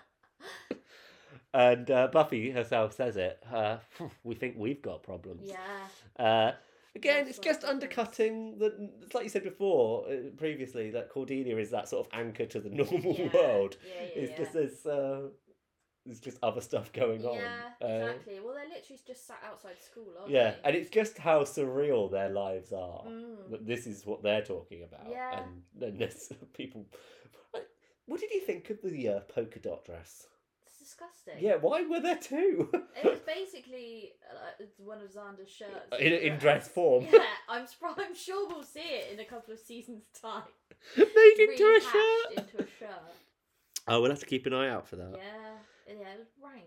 and uh, Buffy herself says it. Uh, we think we've got problems. Yeah. Uh, again, That's it's what just it is. undercutting the. It's like you said before, uh, previously, that Cordelia is that sort of anchor to the normal yeah. world. Yeah, yeah, It's yeah. just this uh, there's just other stuff going on. Yeah, Uh, exactly. well, they're literally just sat outside school, aren't Yeah, they? and it's just how surreal their lives are. Mm. That this is what they're talking about. Yeah. And then there's people. What did you think of the uh, polka dot dress? it's disgusting. Yeah, why were there two? It was basically uh, it's one of Xander's shirts. in, in dress form. Yeah, I'm, spr- I'm sure we'll see it in a couple of seasons' time. Made into a Rehashed shirt. Into a shirt. Oh, we'll have to keep an eye out for that. Yeah, yeah, it was rank.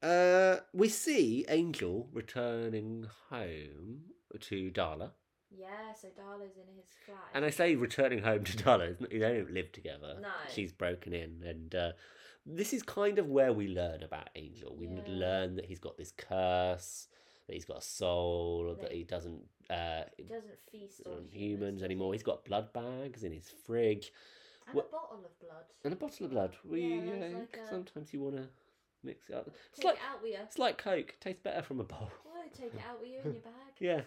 Uh, we see Angel returning home to Darla. Yeah, so Darla's in his flat. And I say returning home to Darla, it's not- they don't live together. No. She's broken in. And uh, this is kind of where we learn about Angel. We Yeah. learn that he's got this curse, that he's got a soul, that That- he doesn't uh, he doesn't feast on on humans, um, humans does anymore. he? He's got blood bags in his fridge and what- a bottle of blood. and a bottle of blood. We Yeah, that's uh, like a- Sometimes you want to mix it up. It's Take like, it out with you. it's like Coke, tastes better from a bowl. Well, take it out with you in your bag. Yeah.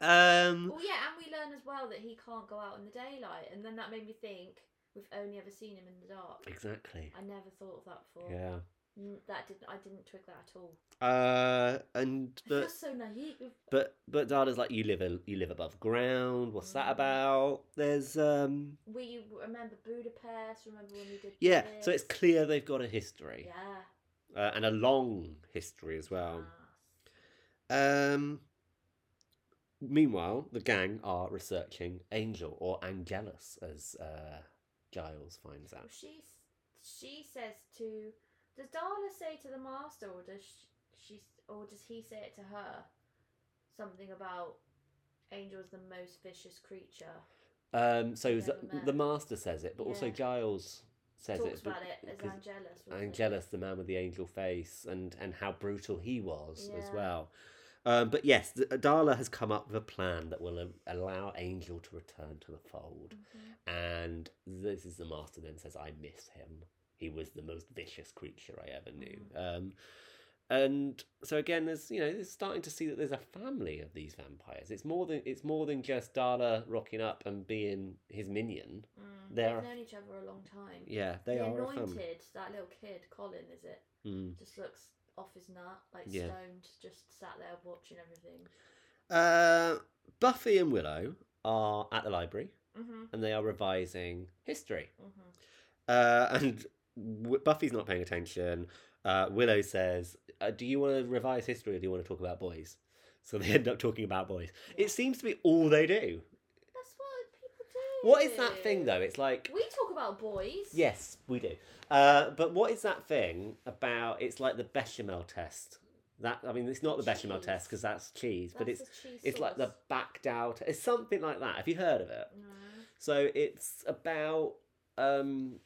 Um, Well, yeah, and we learn as well that he can't go out in the daylight, and then that made me think we've only ever seen him in the dark. Exactly. I never thought of that before. Yeah. Mm, That didn't. I didn't twig that at all. Uh, and I feel but so naive. but but Dada's like you live a, you live above ground. What's that Mm. about? There's um We remember Budapest. Remember when we did? yeah. So this? it's clear they've got a history yeah. uh, and a long history as well. class. Uh-huh. Um. Meanwhile, the gang are researching Angel or Angelus, as uh, Giles finds Well, out. she she says to does Darla say to the master or does she, she or does he say it to her something about Angel's the most vicious creature Um. So Never the, met. the master says it, but also Yeah. Giles says talks it. about but- it as because- Angelus wasn't it? Angelus, the man with the angel face, and and how brutal he was as Yeah. well. Um, but yes, the- Darla has come up with a plan that will a- allow Angel to return to the fold. Mm-hmm. And this is the master then says, I miss him. He was the most vicious creature I ever knew. Mm-hmm. Um, and so again, there's you know, it's starting to see that there's a family of these vampires. It's more than it's more than just Darla rocking up and being his minion. Mm. They they've are- known each other a long time Yeah, they the are a family. anointed that little kid Colin is it Mm. just looks off his nut like Yeah. stoned just sat there watching everything Uh, Buffy and Willow are at the library mm-hmm. and they are revising history. Mm-hmm. Uh, and w- Buffy's not paying attention. Uh, Willow says, uh, "Do you want to revise history, or do you want to talk about boys?" So they end up talking about boys. It seems to be all they do. that's what people do What is that thing though? It's like we talk about boys yes, we do. Uh, but what is that thing about? It's like the bechamel test. That I mean, it's not the bechamel Cheese. test because that's cheese, but That's it's the cheese it's like the sauce. backed out. It's something like that. Have you heard of it? No. So it's about um,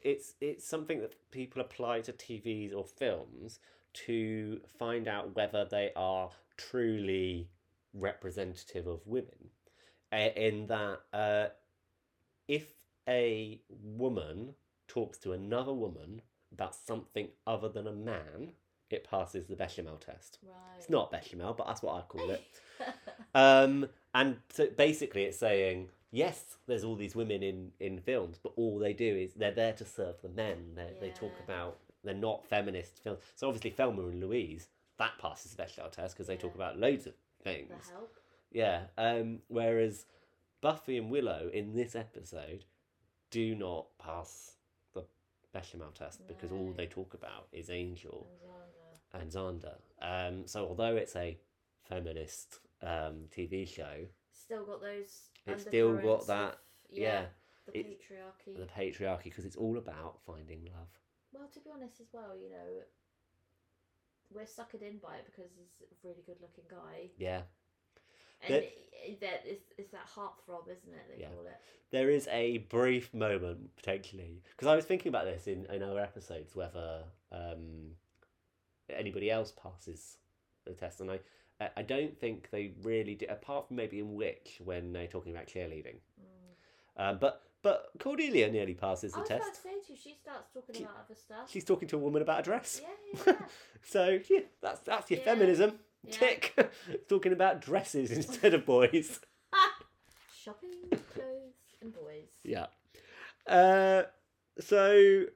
it's it's something that people apply to TVs or films to find out whether they are truly representative of women. Uh, In that, uh, if a woman talks to another woman about something other than a man, it passes the bechamel test. Right. It's not bechamel, but that's what I call it. Um, and so basically, it's saying yes, there's all these women in in films, but all they do is they're there to serve the men. They they talk Yeah. about they're not feminist films. So obviously, Thelma and Louise that passes the special test because they talk Yeah. about loads of the things. help. Yeah. Um, whereas Buffy and Willow in this episode do not pass the bechamel test because all No. they talk about is Angel and Xander. and Xander. Um, so although it's a feminist um, TV show, Still got those. It's still got undercurrents that- of- yeah, The it's- patriarchy. the patriarchy, because it's all about finding love. Well, to be honest, as well, you know, we're suckered in by it because he's a really good-looking guy, Yeah, and That- it- that is it's that heartthrob, isn't it? They Yeah. call it. there is a brief moment potentially because I was thinking about this in, in other episodes whether um, anybody else passes the test, and I I- I don't think they really do, apart from maybe in Witch when they're talking about cheerleading. Um, but but Cordelia nearly passes Mm. I the was about to test. say to you, she starts talking about other stuff. She's talking to a woman about a dress. yeah, yeah, So yeah, that's that's your Yeah. feminism. Yeah. Tick. Talking about dresses instead of boys. yeah. shopping, clothes, and boys. Yeah. Uh, so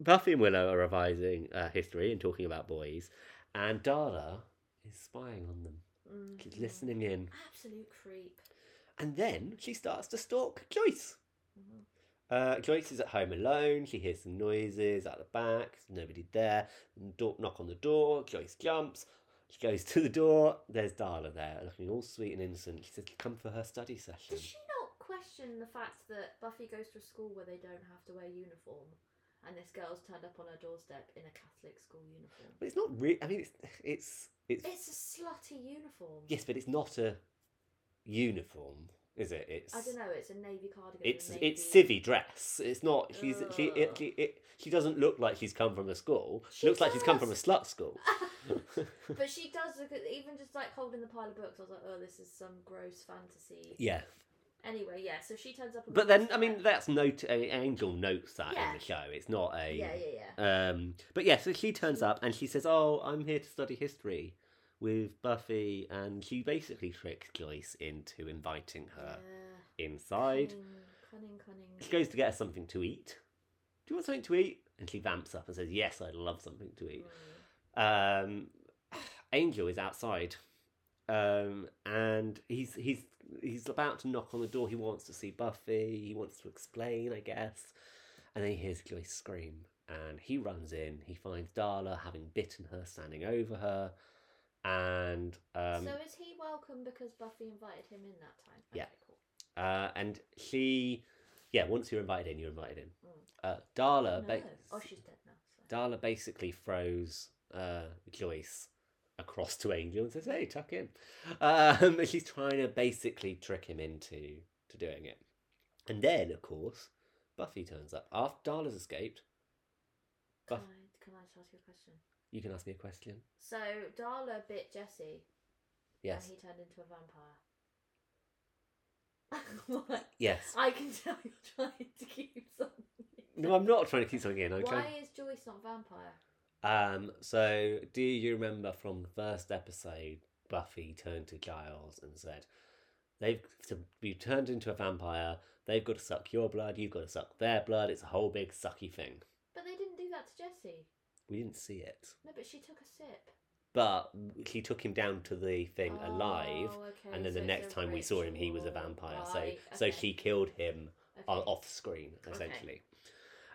Buffy and Willow are revising uh, history and talking about boys, and Dara is spying on them. She's listening in. Absolute creep. And then she starts to stalk Joyce. Uh, Joyce is at home alone. She hears some noises at the back. There's nobody there. Door, knock on the door. Joyce jumps. She goes to the door. There's Darla there, looking all sweet and innocent. She says, "Come for her study session." Does she not question the fact that Buffy goes to a school where they don't have to wear uniform, and this girl's turned up on her doorstep in a Catholic school uniform? But it's not really. I mean, it's it's it's It's a slutty uniform. yes, but it's not a uniform, is it? It's I don't know. It's a navy cardigan. and a It's navy... it's civvy dress. It's not. She's she it, Ugh. she it, she doesn't look like she's come from a school. She She looks like she's come from a does. slut school. But she does look at even just like holding the pile of books. I was like, oh, this is some gross fantasy. yeah, Anyway, yeah. So she turns up. on but the then I mean doorstep. that's note. Uh, Angel notes that in Yeah. the show. It's not a. Yeah, yeah, yeah. Um, but yeah, so she turns up and she says, "Oh, I'm here to study history." With Buffy, and she basically tricks Joyce into inviting her inside. Mm, Cunning, cunning. Um, She goes to get her something to eat. Do you want something to eat? And she vamps up and says, Yes, I'd love something to eat. Um, Angel is outside. Um, and he's he's he's about to knock on the door. He wants to see Buffy. He wants to explain, I guess. And then he hears Joyce scream, and he runs in. He finds Darla having bitten her, standing over her, and um, so is he welcome because Buffy invited him in that time? Yeah. Okay, cool. uh, and she, yeah, once you're invited in, you're invited in. Uh, Darla, no. ba- Mm. oh, she's dead now. So. Darla basically throws uh, Joyce across to Angel and says, "Hey, tuck in." Um, and she's trying to basically trick him into to doing it. And then, of course, Buffy turns up after Darla's escaped. Can Buff- I, can I just ask you a question? You can ask me a question. So Darla bit Jesse, Yes. and he turned into a vampire. what? Yes. I can tell you're trying to keep something. No, I'm not trying to keep something in. I'm trying- Why is Joyce not vampire? Um, so, do you remember from the first episode, Buffy turned to Giles and said, "They've to be turned into a vampire. They've got to suck your blood. You've got to suck their blood. It's a whole big sucky thing." But they didn't do that to Jesse. We didn't see it, No, but she took a sip. but he took him down to the thing alive, Oh, okay, and then so the it's next a time we saw him, he was a ritual. vampire. Right, So, so okay. she killed him Okay. o- off screen essentially.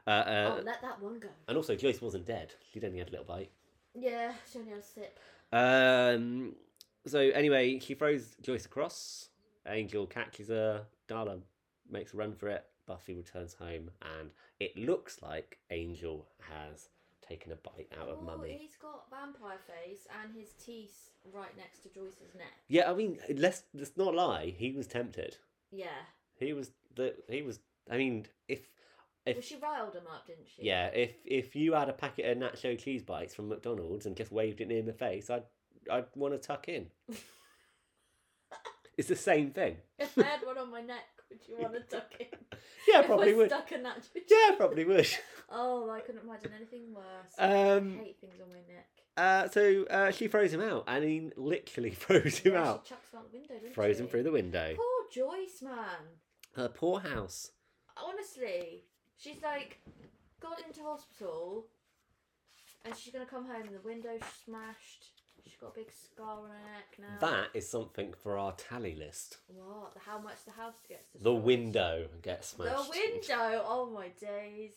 Uh, uh, oh, let that one go. and also, Joyce wasn't dead. She'd only had a little bite. Yeah, she only had a sip. Um. So anyway, she throws Joyce across. Angel catches her. Darla makes a run for it. Buffy returns home, and it looks like Angel has taken a bite out of Ooh, Mummy. He's got vampire face and his teeth right next to Joyce's neck. Yeah, I mean, let's let's not lie. He was tempted. Yeah. He was the he was. I mean, if Well, if she riled him up, didn't she? yeah, if if you had a packet of nacho cheese bites from McDonald's and just waved it near my face, I'd I'd want to tuck in. it's the same thing. If I had one on my neck, would you want to tuck in? Yeah, If probably I would. Stuck in that. Yeah, probably would. Oh, I couldn't imagine anything worse. I Um, hate things on my neck. uh, so uh, she throws him out, and he literally throws him Yeah, out, She chucks him out the window. Doesn't throws she? him through the window. Poor Joyce, man. Her poor house. Honestly, she's like gone into hospital, and she's gonna come home. and The window's smashed. She's got a big scar on her neck now. That is something for our tally list. What? How much the house gets? The destroyed. window gets The smashed. window. Oh my days.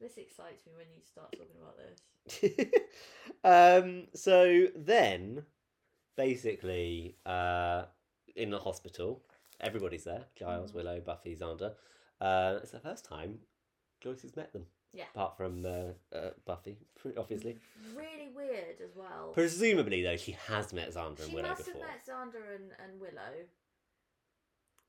This excites me when you start talking about this. um, so then, basically, uh, in the hospital, everybody's there. Giles, Mm-hmm. Willow, Buffy, Xander. Uh, it's the first time Joyce has met them, Yeah. apart from uh, uh, Buffy, obviously. Really weird as well. Presumably, though, she has met Xander and She Willow must have before, met Xander and, and Willow.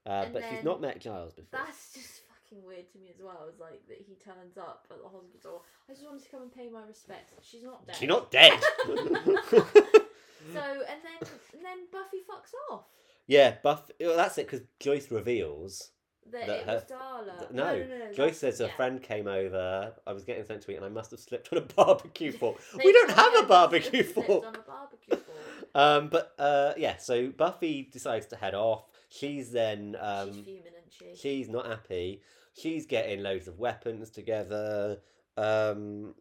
uh, and but she's then- not met Giles before. That's just fucking weird to me as well. It's like that he turns up at the hospital. I just wanted to come and pay my respects. She's not dead. She's not dead. So and then and then Buffy fucks off. yeah, Buff. Well, that's it because Joyce reveals. That, That it her- was Darla. th- no, Joyce that's- says a yeah. friend came over. I was getting sent to eat, and I must have slipped on a barbecue fork. They we don't probably have a had barbecue slipped fork. On a barbecue fork. Um, but uh, yeah, so Buffy decides to head off. She's then um, She's fuming, isn't she? She's not happy. She's getting loads of weapons together. Um,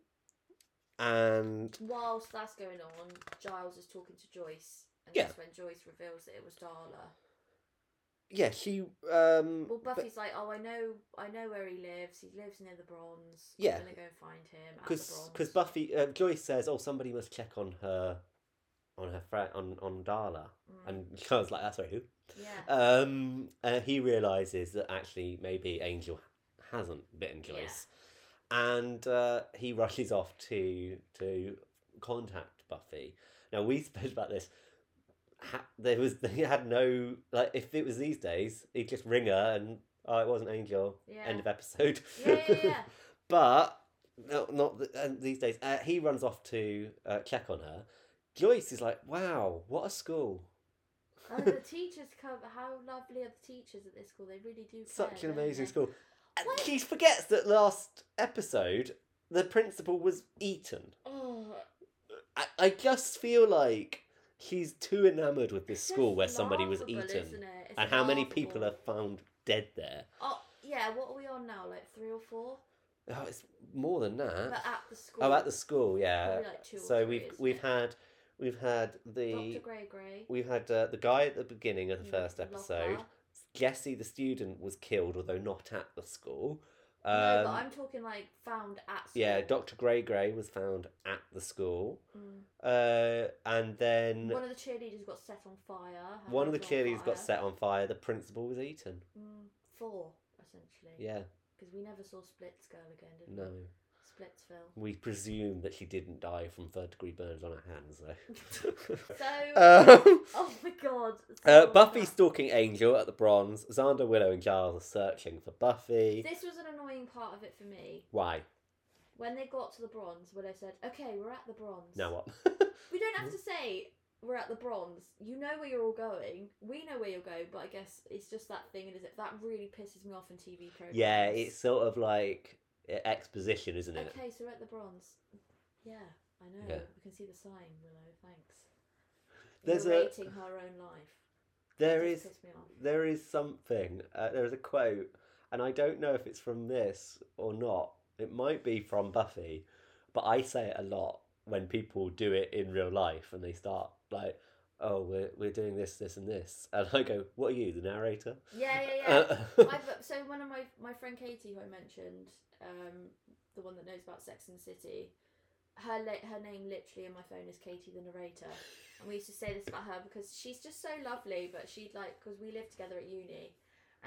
and Whilst that's going on, Giles is talking to Joyce, and Yeah. that's when Joyce reveals that it was Darla. yeah, she. Um, Well, but- Buffy's like, "Oh, I know, I know where he lives. He lives near the Bronze. Yeah. I'm gonna go and find him at the because Bronze." because Buffy uh, Joyce says, "Oh, somebody must check on her, on her friend, on on Darla," Mm. and Charles like, "That's right, who?" yeah, Um, uh, he realizes that actually maybe Angel hasn't bitten Yeah. Joyce, and uh, he rushes off to to contact Buffy. Now we spoke about this. Ha- there was they had no like if it was these days, he'd just ring her and oh, it wasn't Angel. Yeah. End of episode. yeah, yeah, yeah. But no, not th- and these days. Uh, he runs off to uh, check on her. Joyce is like, "Wow, what a school! and Oh, the teachers come. How lovely are the teachers at this school? They really do. Care, Such an don't amazing they? school." And What? she forgets that last episode, the principal was eaten. Oh, I, I just feel like she's too enamored with this it's school just where somebody was laughable, isn't eaten, it? It's and how many laughable. people are found dead there. Oh, yeah. What are we on now? Like three or four? Oh, it's more than that. But at the school. oh, at the school, yeah. Probably like two or so three, we've isn't we've it? had we've had the Doctor Grey Grey. We had uh, the guy at the beginning of the first Locker. episode. Jesse, the student, was killed, although not at the school. Um, no, but I'm talking like found at. School. yeah, Dr. Grey Grey was found at the school. Mm. Uh, and then One of the cheerleaders got set on fire. her one of the hands were on cheerleaders got fire. set on fire. The principal was eaten. Mm, four, essentially. Yeah, Because we never saw Splits girl again, did we? no. Splitsville. We presume that she didn't die from third degree burns on her hands, though. So. um, oh my god. uh, so Buffy's bad. stalking Angel at the Bronze. Xander, Willow, and Giles are searching for Buffy. This was an annoying part of it for me. Why? When they got to the bronze, when I said, okay, we're at the bronze. Now what? Hmm? We don't have to say we're at the bronze. You know where you're all going. We know where you're going, but I guess it's just that thing, and is it that really pisses me off in TV programs? Yeah, it's sort of like uh, exposition, isn't it? Okay, so we're at the bronze. Yeah, I know. Yeah. We can see the sign, Willow. Thanks. There's a- Narrating her own life. There It is just pissed me off. there is something. Uh, there is a quote, and I don't know if it's from this or not. It might be from Buffy, but I say it a lot when people do it in real life, and they start like, "Oh, we're we're doing this, this, and this," and I go, "What are you, the narrator?" Yeah, yeah, yeah. Uh, I've, so one of my my friend Katie, who I mentioned, um, the one that knows about Sex and the City, her la- her name literally in my phone is Katie the narrator, and we used to say this about her because she's just so lovely. But she'd like because we lived together at uni,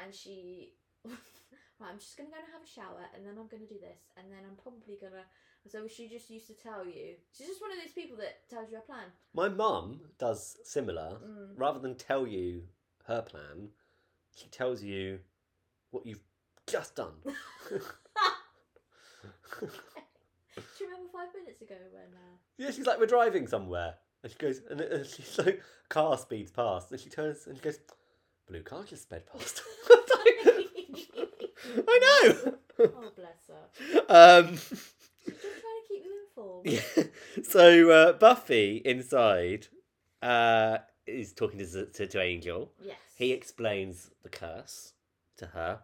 and she. Right, I'm just gonna go and have a shower, and then I'm gonna do this, and then I'm probably gonna. So she just used to tell you. She's just one of those people that tells you a plan. My mum does similar. Mm. Rather than tell you her plan, she tells you what you've just done. Do you remember five minutes ago when? Uh, yeah, she's like, we're driving somewhere. And she goes, and, and she's like, car speeds past. And she turns and she goes, blue car just sped past. I know. oh bless her. Um, Just trying to keep you informed. yeah. So uh, Buffy inside uh, is talking to, Z- to, to Angel. Yes. He explains the curse to her.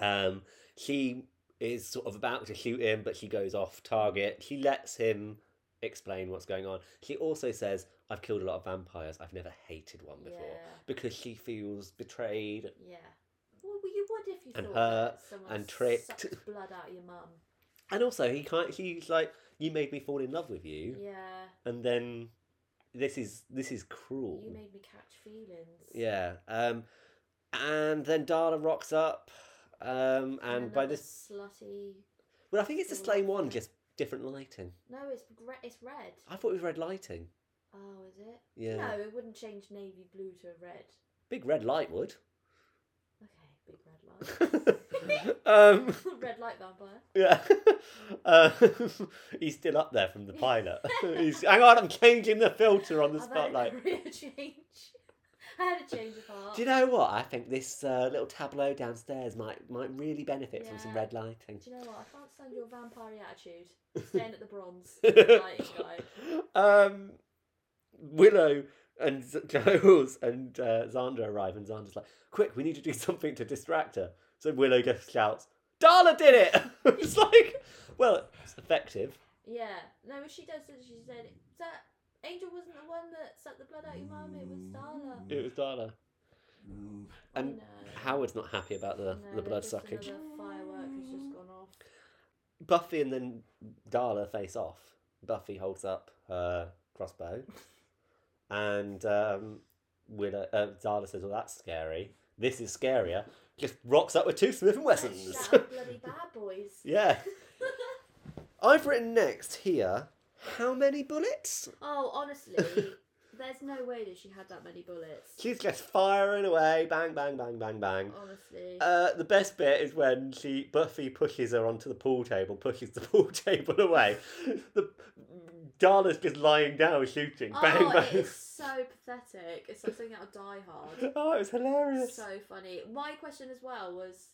Um, she is sort of about to shoot him, but she goes off target. She lets him explain what's going on. She also says, I've killed a lot of vampires. I've never hated one before. Yeah. Because she feels betrayed. Yeah. Well, you would if you And thought hurt that someone and tricked. sucked blood out of your mum. And also, he can't, he's like, You made me fall in love with you. Yeah. And then this is this is cruel. You made me catch feelings. yeah. Um, and then Darla rocks up. Um, and by another this slutty. Well, I think it's the Or- same one, just different lighting. No, it's re- it's red. I thought it was red lighting. Oh, is it? Yeah. No, it wouldn't change navy blue to red. Big red light would. Okay, big red um, light. red light vampire. yeah. Um, he's still up there from the pilot. he's, Hang on, I'm changing the filter on the I've had spotlight. a career change. I had a change of heart. Do you know what? I think this uh, little tableau downstairs might might really benefit from some Yeah. red lighting. Do you know what? I can't stand your vampire attitude. Staying at the bronze. red light guy. um, Willow and Z- Giles and uh, Xander arrive, and Xander's like, "Quick, we need to do something to distract her." So Willow just shouts, Darla did it. it's like, well, it's effective. Yeah. No, she does. it, She said that Angel wasn't the one that sucked the blood out your mum. It was Mm, Starla. It was Darla. And Mm. Oh, No. Howard's not happy about the, No, the blood just suckage. Another firework has just gone off. Buffy and then Darla face off. Buffy holds up her crossbow, and um, Willow, uh, Darla says, "Well, that's scary. This is scarier." Just rocks up with two Smith and Wessons. Shut up, bloody bad boys. yeah. I've written next here. How many bullets? Oh, honestly, there's no way that she had that many bullets. She's just firing away, bang, bang, bang, bang, bang. Honestly. Uh, the best bit is when she Buffy pushes her onto the pool table, pushes the pool table away. The Darla's just lying down shooting. Bang oh, bang. it is so pathetic. It's like something out of Die Hard. Oh, it was hilarious. So funny. My question as well was,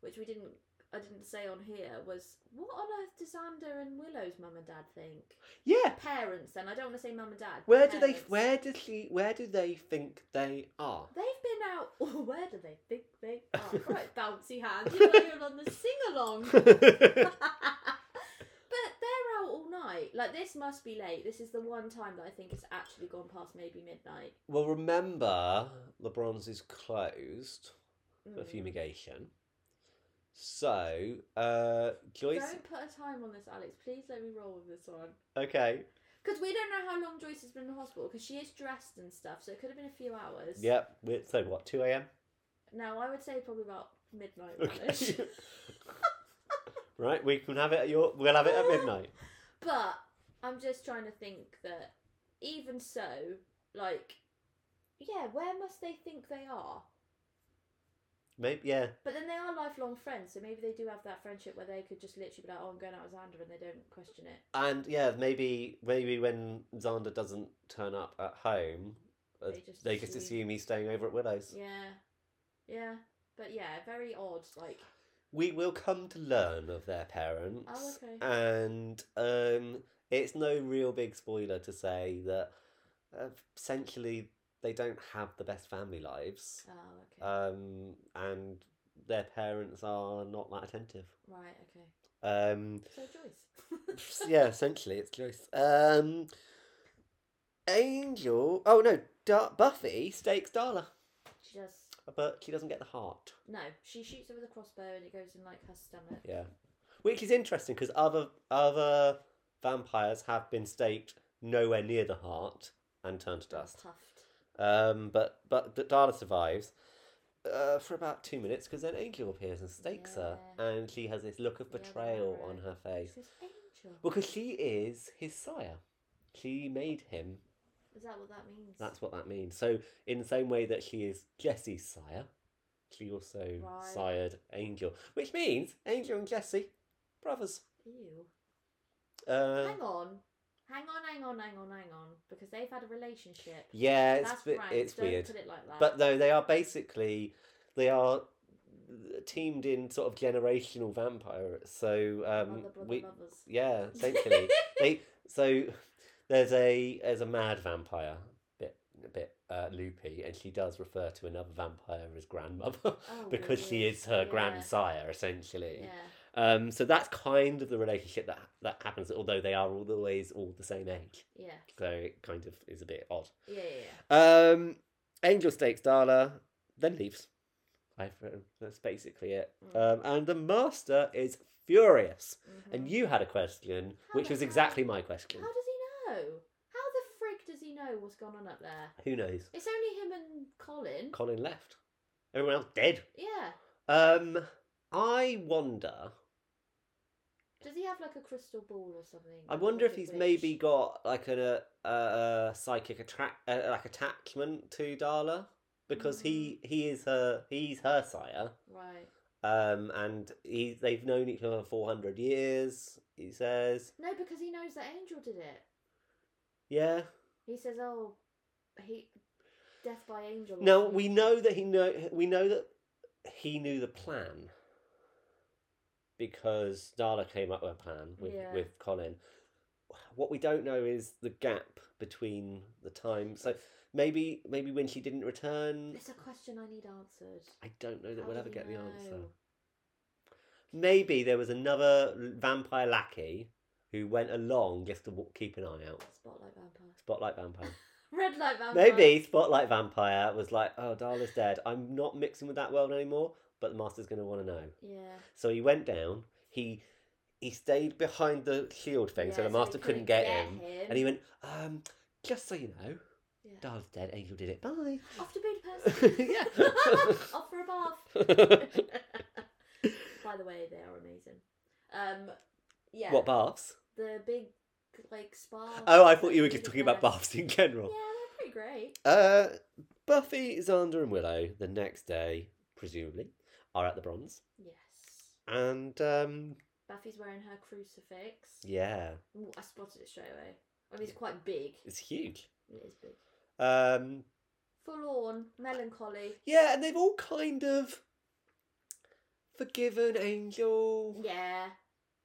which we didn't, I didn't say on here, was what on earth does Xander and Willow's mum and dad think? yeah. Parents, then I don't want to say mum and dad. Where do they parents. where does she where do they think they are? They've been out. Oh, where do they think they are? right, bouncy hand. You're not even on the sing along. but they're out all night. Like this must be late. This is the one time that I think it's actually gone past maybe midnight. well remember the bronze is closed Mm. for fumigation. So uh Joyce Don't put a time on this, Alex. Please let me roll with this one. Okay. Because we don't know how long Joyce has been in the hospital because she is dressed and stuff, so it could have been a few hours. Yep. we- So what, two AM? No, I would say probably about midnight. Okay. Okay. right, we can have it at your we'll have it at midnight. But I'm just trying to think that even so, like, yeah, where must they think they are? Maybe yeah. But then they are lifelong friends, so maybe they do have that friendship where they could just literally be like, "Oh, I'm going out with Xander," and they don't question it. And yeah, maybe maybe when Xander doesn't turn up at home, uh, They just they just assume- assume he's staying over at Widow's. Yeah, yeah. But yeah, very odd. Like, We will come to learn of their parents. Oh, okay. And um, it's no real big spoiler to say that uh, essentially they don't have the best family lives. oh, okay, Um, and their parents are not that attentive. right, okay. Um, So Joyce. yeah, essentially, it's Joyce. Um, Angel. Oh no, Dar- Buffy stakes Darla, she does. but she doesn't get the heart. No, she shoots her with a crossbow and it goes in like her stomach. Yeah, which is interesting because other other vampires have been staked nowhere near the heart and turned to dust. Puffed. Um, but but D- Darla survives. Uh, for about two minutes, because then Angel appears and stakes Yeah. her, and she has this look of Yeah, the betrayal arrow. on her She face. says, "Angel." Well, because she is his sire, she made him Is that what that means? That's what that means. So, in the same way that she is Jesse's sire, she also Right. sired Angel, which means Angel and Jesse, brothers. Ew. Uh, Hang on. Hang on, hang on, hang on, hang on. Because they've had a relationship. yeah, it's That's bi- right. it's Don't weird. put it like that. But though they are basically, they are uh, teamed in sort of generational vampire. So um, Mother, brother, we lovers. yeah, essentially they so there's a there's a mad vampire bit a bit uh, loopy, and she does refer to another vampire as grandmother because she weird. is her Oh, Yeah. grandsire essentially. Yeah. Um, so that's kind of the relationship that that happens, although they are always all the same age. Yeah. So it kind of is a bit odd. Yeah. Yeah. yeah. Um, Angel stakes Darla, then leaves. I've written that's basically it. Mm. Um, and the master is furious. And you had a question, Mm-hmm. How which the was hell- exactly my question. How does he know? How the frig does he know what's gone on up there? Who knows? It's only him and Colin. Colin left. Everyone else dead. yeah. Um, I wonder. Does he have like a crystal ball or something? I wonder if Like a he's witch? maybe got like a, a, a psychic attract uh, like attachment to Darla because he Mm. he is her he's her sire. Right. Um, and he they've known each other for four hundred years. He says, No, because he knows that Angel did it. yeah. He says, "Oh, he death by angel." or Now something. we know that he know we know that he knew the plan because Darla came up with a plan with Yeah. with Colin. What we don't know is the gap between the time. So maybe maybe when she didn't return, It's a question I need answered. I don't know that How we'll do ever we get the answer. know? maybe there was another vampire lackey who went along just to w- keep an eye out. Spotlight vampire. Spotlight vampire. Red light vampire. Maybe Spotlight Vampire was like, oh, Darla's dead. I'm not mixing with that world anymore, but the Master's going to want to know. Yeah. So he went down. He he stayed behind the shield thing, so Yeah, the so he Master couldn't get, couldn't get him. him. And he went, um, just so you know, Yeah. Darla's dead. Angel did it. Bye. Off to Budapest. Yeah. Off for a bath. By the way, they are amazing. Um, yeah. What baths? The big, like spa. Oh, I thought you were in just talking about Budapest. baths in Yeah, general. they're pretty great. Uh, Buffy, Xander, and Willow the next day, presumably, are at the Bronze, Yes. and um, Buffy's wearing her crucifix. yeah, Ooh, I spotted it straight away. I mean, it's quite big. it's huge. It is big. Um, Full on, melancholy. yeah, and they've all kind of forgiven Angel. Yeah.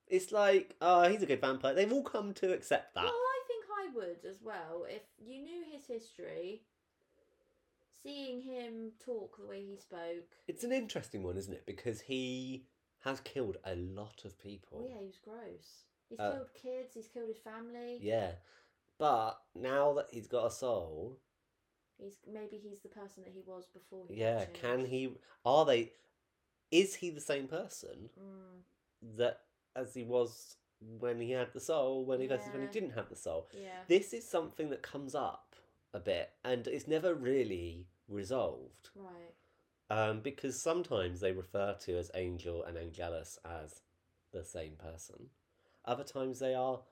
It's like, oh, he's a good vampire. They've all come to accept that. Well, I think I would as well. If you knew his history, seeing him talk the way he spoke. It's an interesting one, isn't it? Because he has killed a lot of people. Oh, yeah, he was gross. He's Uh, killed kids, he's killed his family. yeah. But now that he's got a soul, He's maybe he's the person that he was before he got Yeah, changed. can he? Are they? Is he the same person Mm, that as he was when he had the soul? When he versus when he Yeah. didn't have the soul. yeah. This is something that comes up a bit, and it's never really resolved Right. um, because sometimes they refer to as angel and angelus as the same person. Other times they are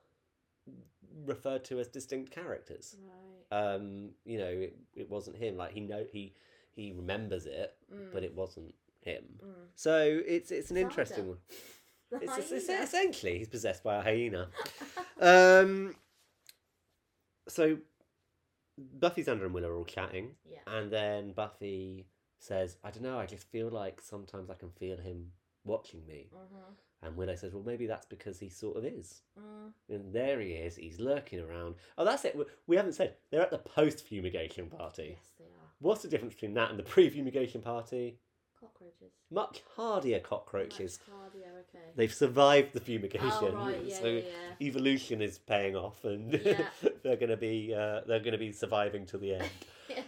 referred to as distinct characters Right. um you know it, it wasn't him like he know he he remembers it but Mm. it wasn't him Mm. so it's it's an Xander. interesting one The it's, it's, it's hyena. essentially he's possessed by a hyena um so buffy's under and willow are all chatting Yeah. and then buffy says i don't know i just feel like sometimes i can feel him watching me Mhm. and willow says well maybe that's because he sort of is Mm. and there he is. He's lurking around. Oh, that's it. We- We haven't said they're at the post fumigation party. Yes, they are. What's the difference between that and the pre fumigation party? Cockroaches. Much hardier Much cockroaches. hardier, okay. They've survived the fumigation, Oh, right, yeah, so yeah, yeah. evolution is paying off, and Yeah. they're going to be uh, they're going to be surviving to the end. Yeah.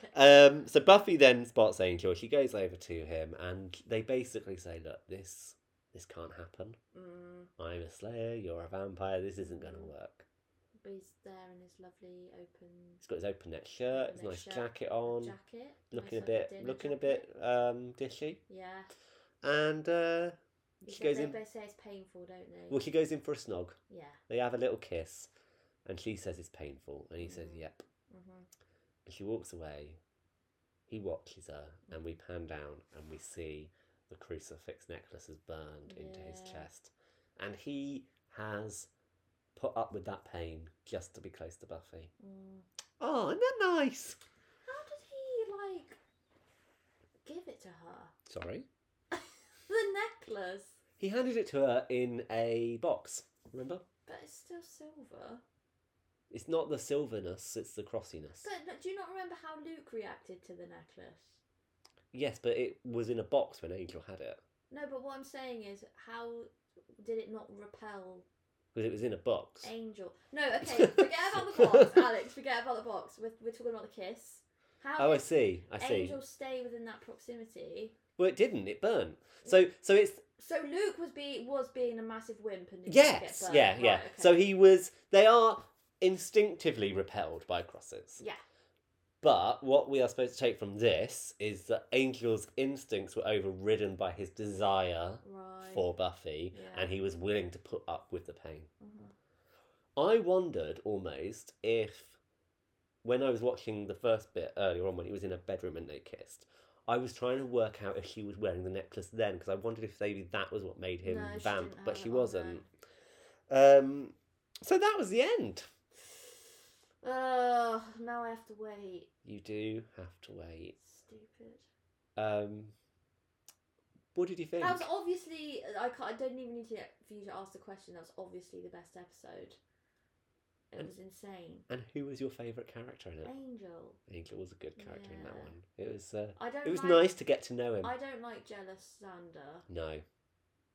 um, so Buffy then spots Angel. She goes over to him, and they basically say, "Look, this this can't happen. Mm, I'm a Slayer. You're a vampire. This isn't going to work." but he's there in his lovely open He's got his open neck shirt, his Open-neck Uh, nice shirt, jacket on, jacket. looking nice a bit, dinner looking a jacket. bit um, dishy. Yeah. And uh, He she said goes they in. both say it's painful, don't they? Well, she goes in for a snog. yeah. They have a little kiss, and she says it's painful, and he says Mhm. yep. Mm-hmm. And she walks away. He watches her, and we pan down, and we see the crucifix necklace is burned into his Yeah. chest, and he has put up with that pain just to be close to Buffy. Mm. Oh, isn't that nice? How did he like give it to her? Sorry. The necklace, He handed it to her in a box. Remember? but it's still silver. It's not the silverness, it's the crossiness. But no- do you not remember how Luke reacted to the necklace? yes, but it was in a box when Angel had it. No, but what I'm saying is, how did it not repel Because it was in a box. Angel? No, okay, forget about the box, Alex. Forget about the box. We're, we're talking about the kiss. How Oh, I did see. I see. Angel stay within that proximity? Well, it didn't. It burnt. So, so it's So Luke was be was being a massive wimp and didn't get yes, burned. yeah, yeah. Right, okay. So he was. They are instinctively repelled by crosses. yeah, But what we are supposed to take from this is that Angel's instincts were overridden by his desire right. for Buffy, Yeah. and he was willing to put up with the pain. Mhm. I wondered almost if, when I was watching the first bit earlier on when he was in a bedroom and they kissed, I was trying to work out if she was wearing the necklace then because I wondered if maybe that was what made him No, she vamp, didn't Oh, but have she it on, no. wasn't. Um, so that was the end. Oh, now I have to wait. You do have to wait. Stupid. Um, what did you think? That was obviously. I can't, I don't even need to for you to ask the question. That was obviously the best episode. It And- was insane. And who was your favourite character in it? Angel. Angel was a good character in that Yeah. one. It was. Uh, I don't. it was like, nice to get to know him. I don't like jealous Xander. No,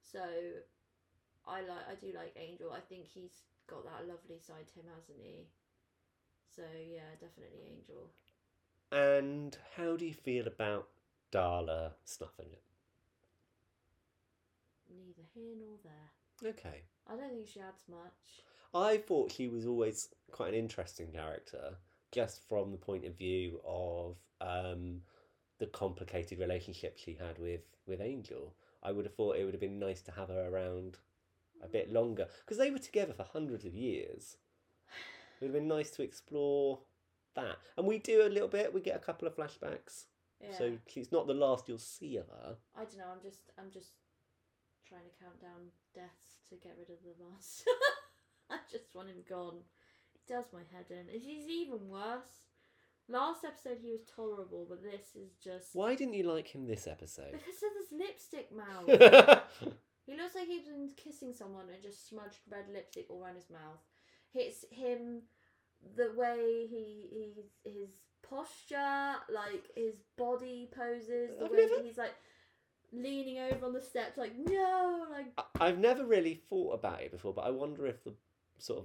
So I like I do like Angel. I think he's got that lovely side to him, hasn't he? So yeah, definitely Angel. And how do you feel about Darla snuffing it? Neither here nor there. Okay. I don't think she adds much. I thought she was always quite an interesting character, just from the point of view of um, the complicated relationship she had with, with Angel. I would have thought it would have been nice to have her around a bit longer because they were together for hundreds of years. It would have been nice to explore that, and we do a little bit. We get a couple of flashbacks, Yeah. so she's not the last you'll see of her. I don't know. I'm just I'm just trying to count down deaths to get rid of the last. I just want him gone. It does my head in. He's even worse. Last episode he was tolerable, but this is just Why didn't you like him this episode? because of his lipstick mouth. He looks like he's been kissing someone and just smudged red lipstick all around his mouth. It's him, the way he he's, his posture, like his body poses, the I've way never- he's like leaning over on the steps, like no, like I- I've never really thought about it before, but I wonder if the sort of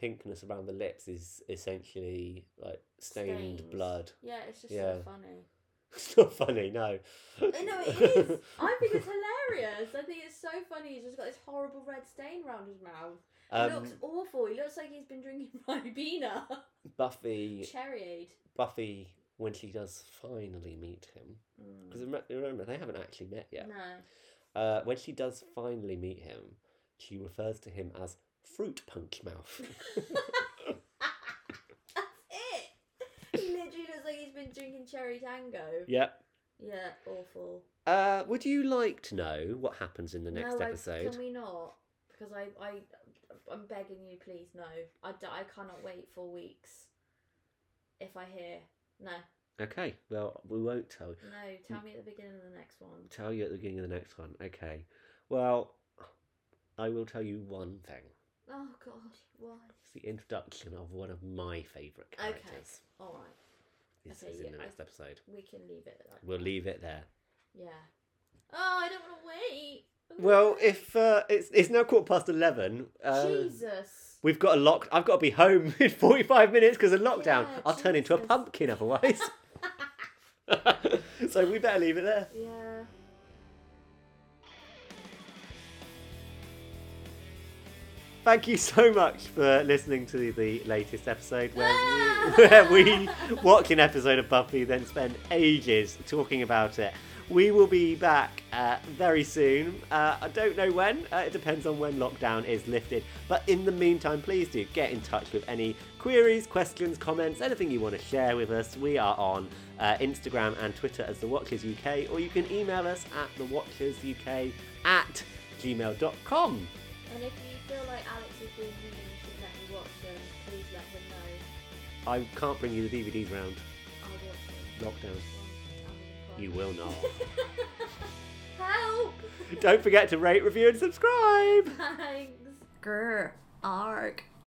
pinkness around the lips is essentially like stained stains. blood. Yeah, it's just Yeah. so funny. It's not funny, no. I know Uh, it is. I think it's hilarious. I think it's so funny. He's just got this horrible red stain around his mouth. He looks Um, awful. He looks like he's been drinking Ribena, Buffy, Cherryade. Buffy, when she does finally meet him, because remember they haven't actually met yet. Mm. No. Uh, when she does finally meet him, she refers to him as fruit punch mouth. it. He literally looks like he's been drinking cherry tango. yep. Yeah, awful. Uh, would you like to know what happens in the next no, I, episode? can we not? Because I, I, I'm begging you, please, no. I, d- I cannot wait for weeks. If I hear no, Okay. Well, we won't tell. no, tell me at the beginning of the next one. tell you at the beginning of the next one. Okay. Well, I will tell you one thing. Oh God, why? It's the introduction of one of my favourite Okay, characters. all right, This Okay, is in yeah, the I- next episode. we can leave it at that. We'll leave it there. Yeah. Oh, I don't want to wait. Well, if uh, it's it's now quarter past eleven, uh, Jesus. we've got a lock. I've got to be home in forty five minutes because of lockdown. Yeah, I'll turn into a Jesus. pumpkin otherwise. so we better leave it there. Yeah. Thank you so much for listening to the latest episode where we, where we watch an episode of Buffy, then spend ages talking about it. We will be back uh, very soon. Uh, I don't know when, uh, it depends on when lockdown is lifted. But in the meantime, please do get in touch with any queries, questions, comments, anything you want to share with us. We are on uh, Instagram and Twitter as The Watchers UK, or you can email us at thewatchersuk at gmail.com. And if you feel like Alex is being mean and should let me watch them, please let him know. I can't bring you the DVDs round. I'll watch them. Lockdown. on Amazon You will not. Prime. Help! Don't forget to rate, review, and subscribe. Thanks. Grr. Arg.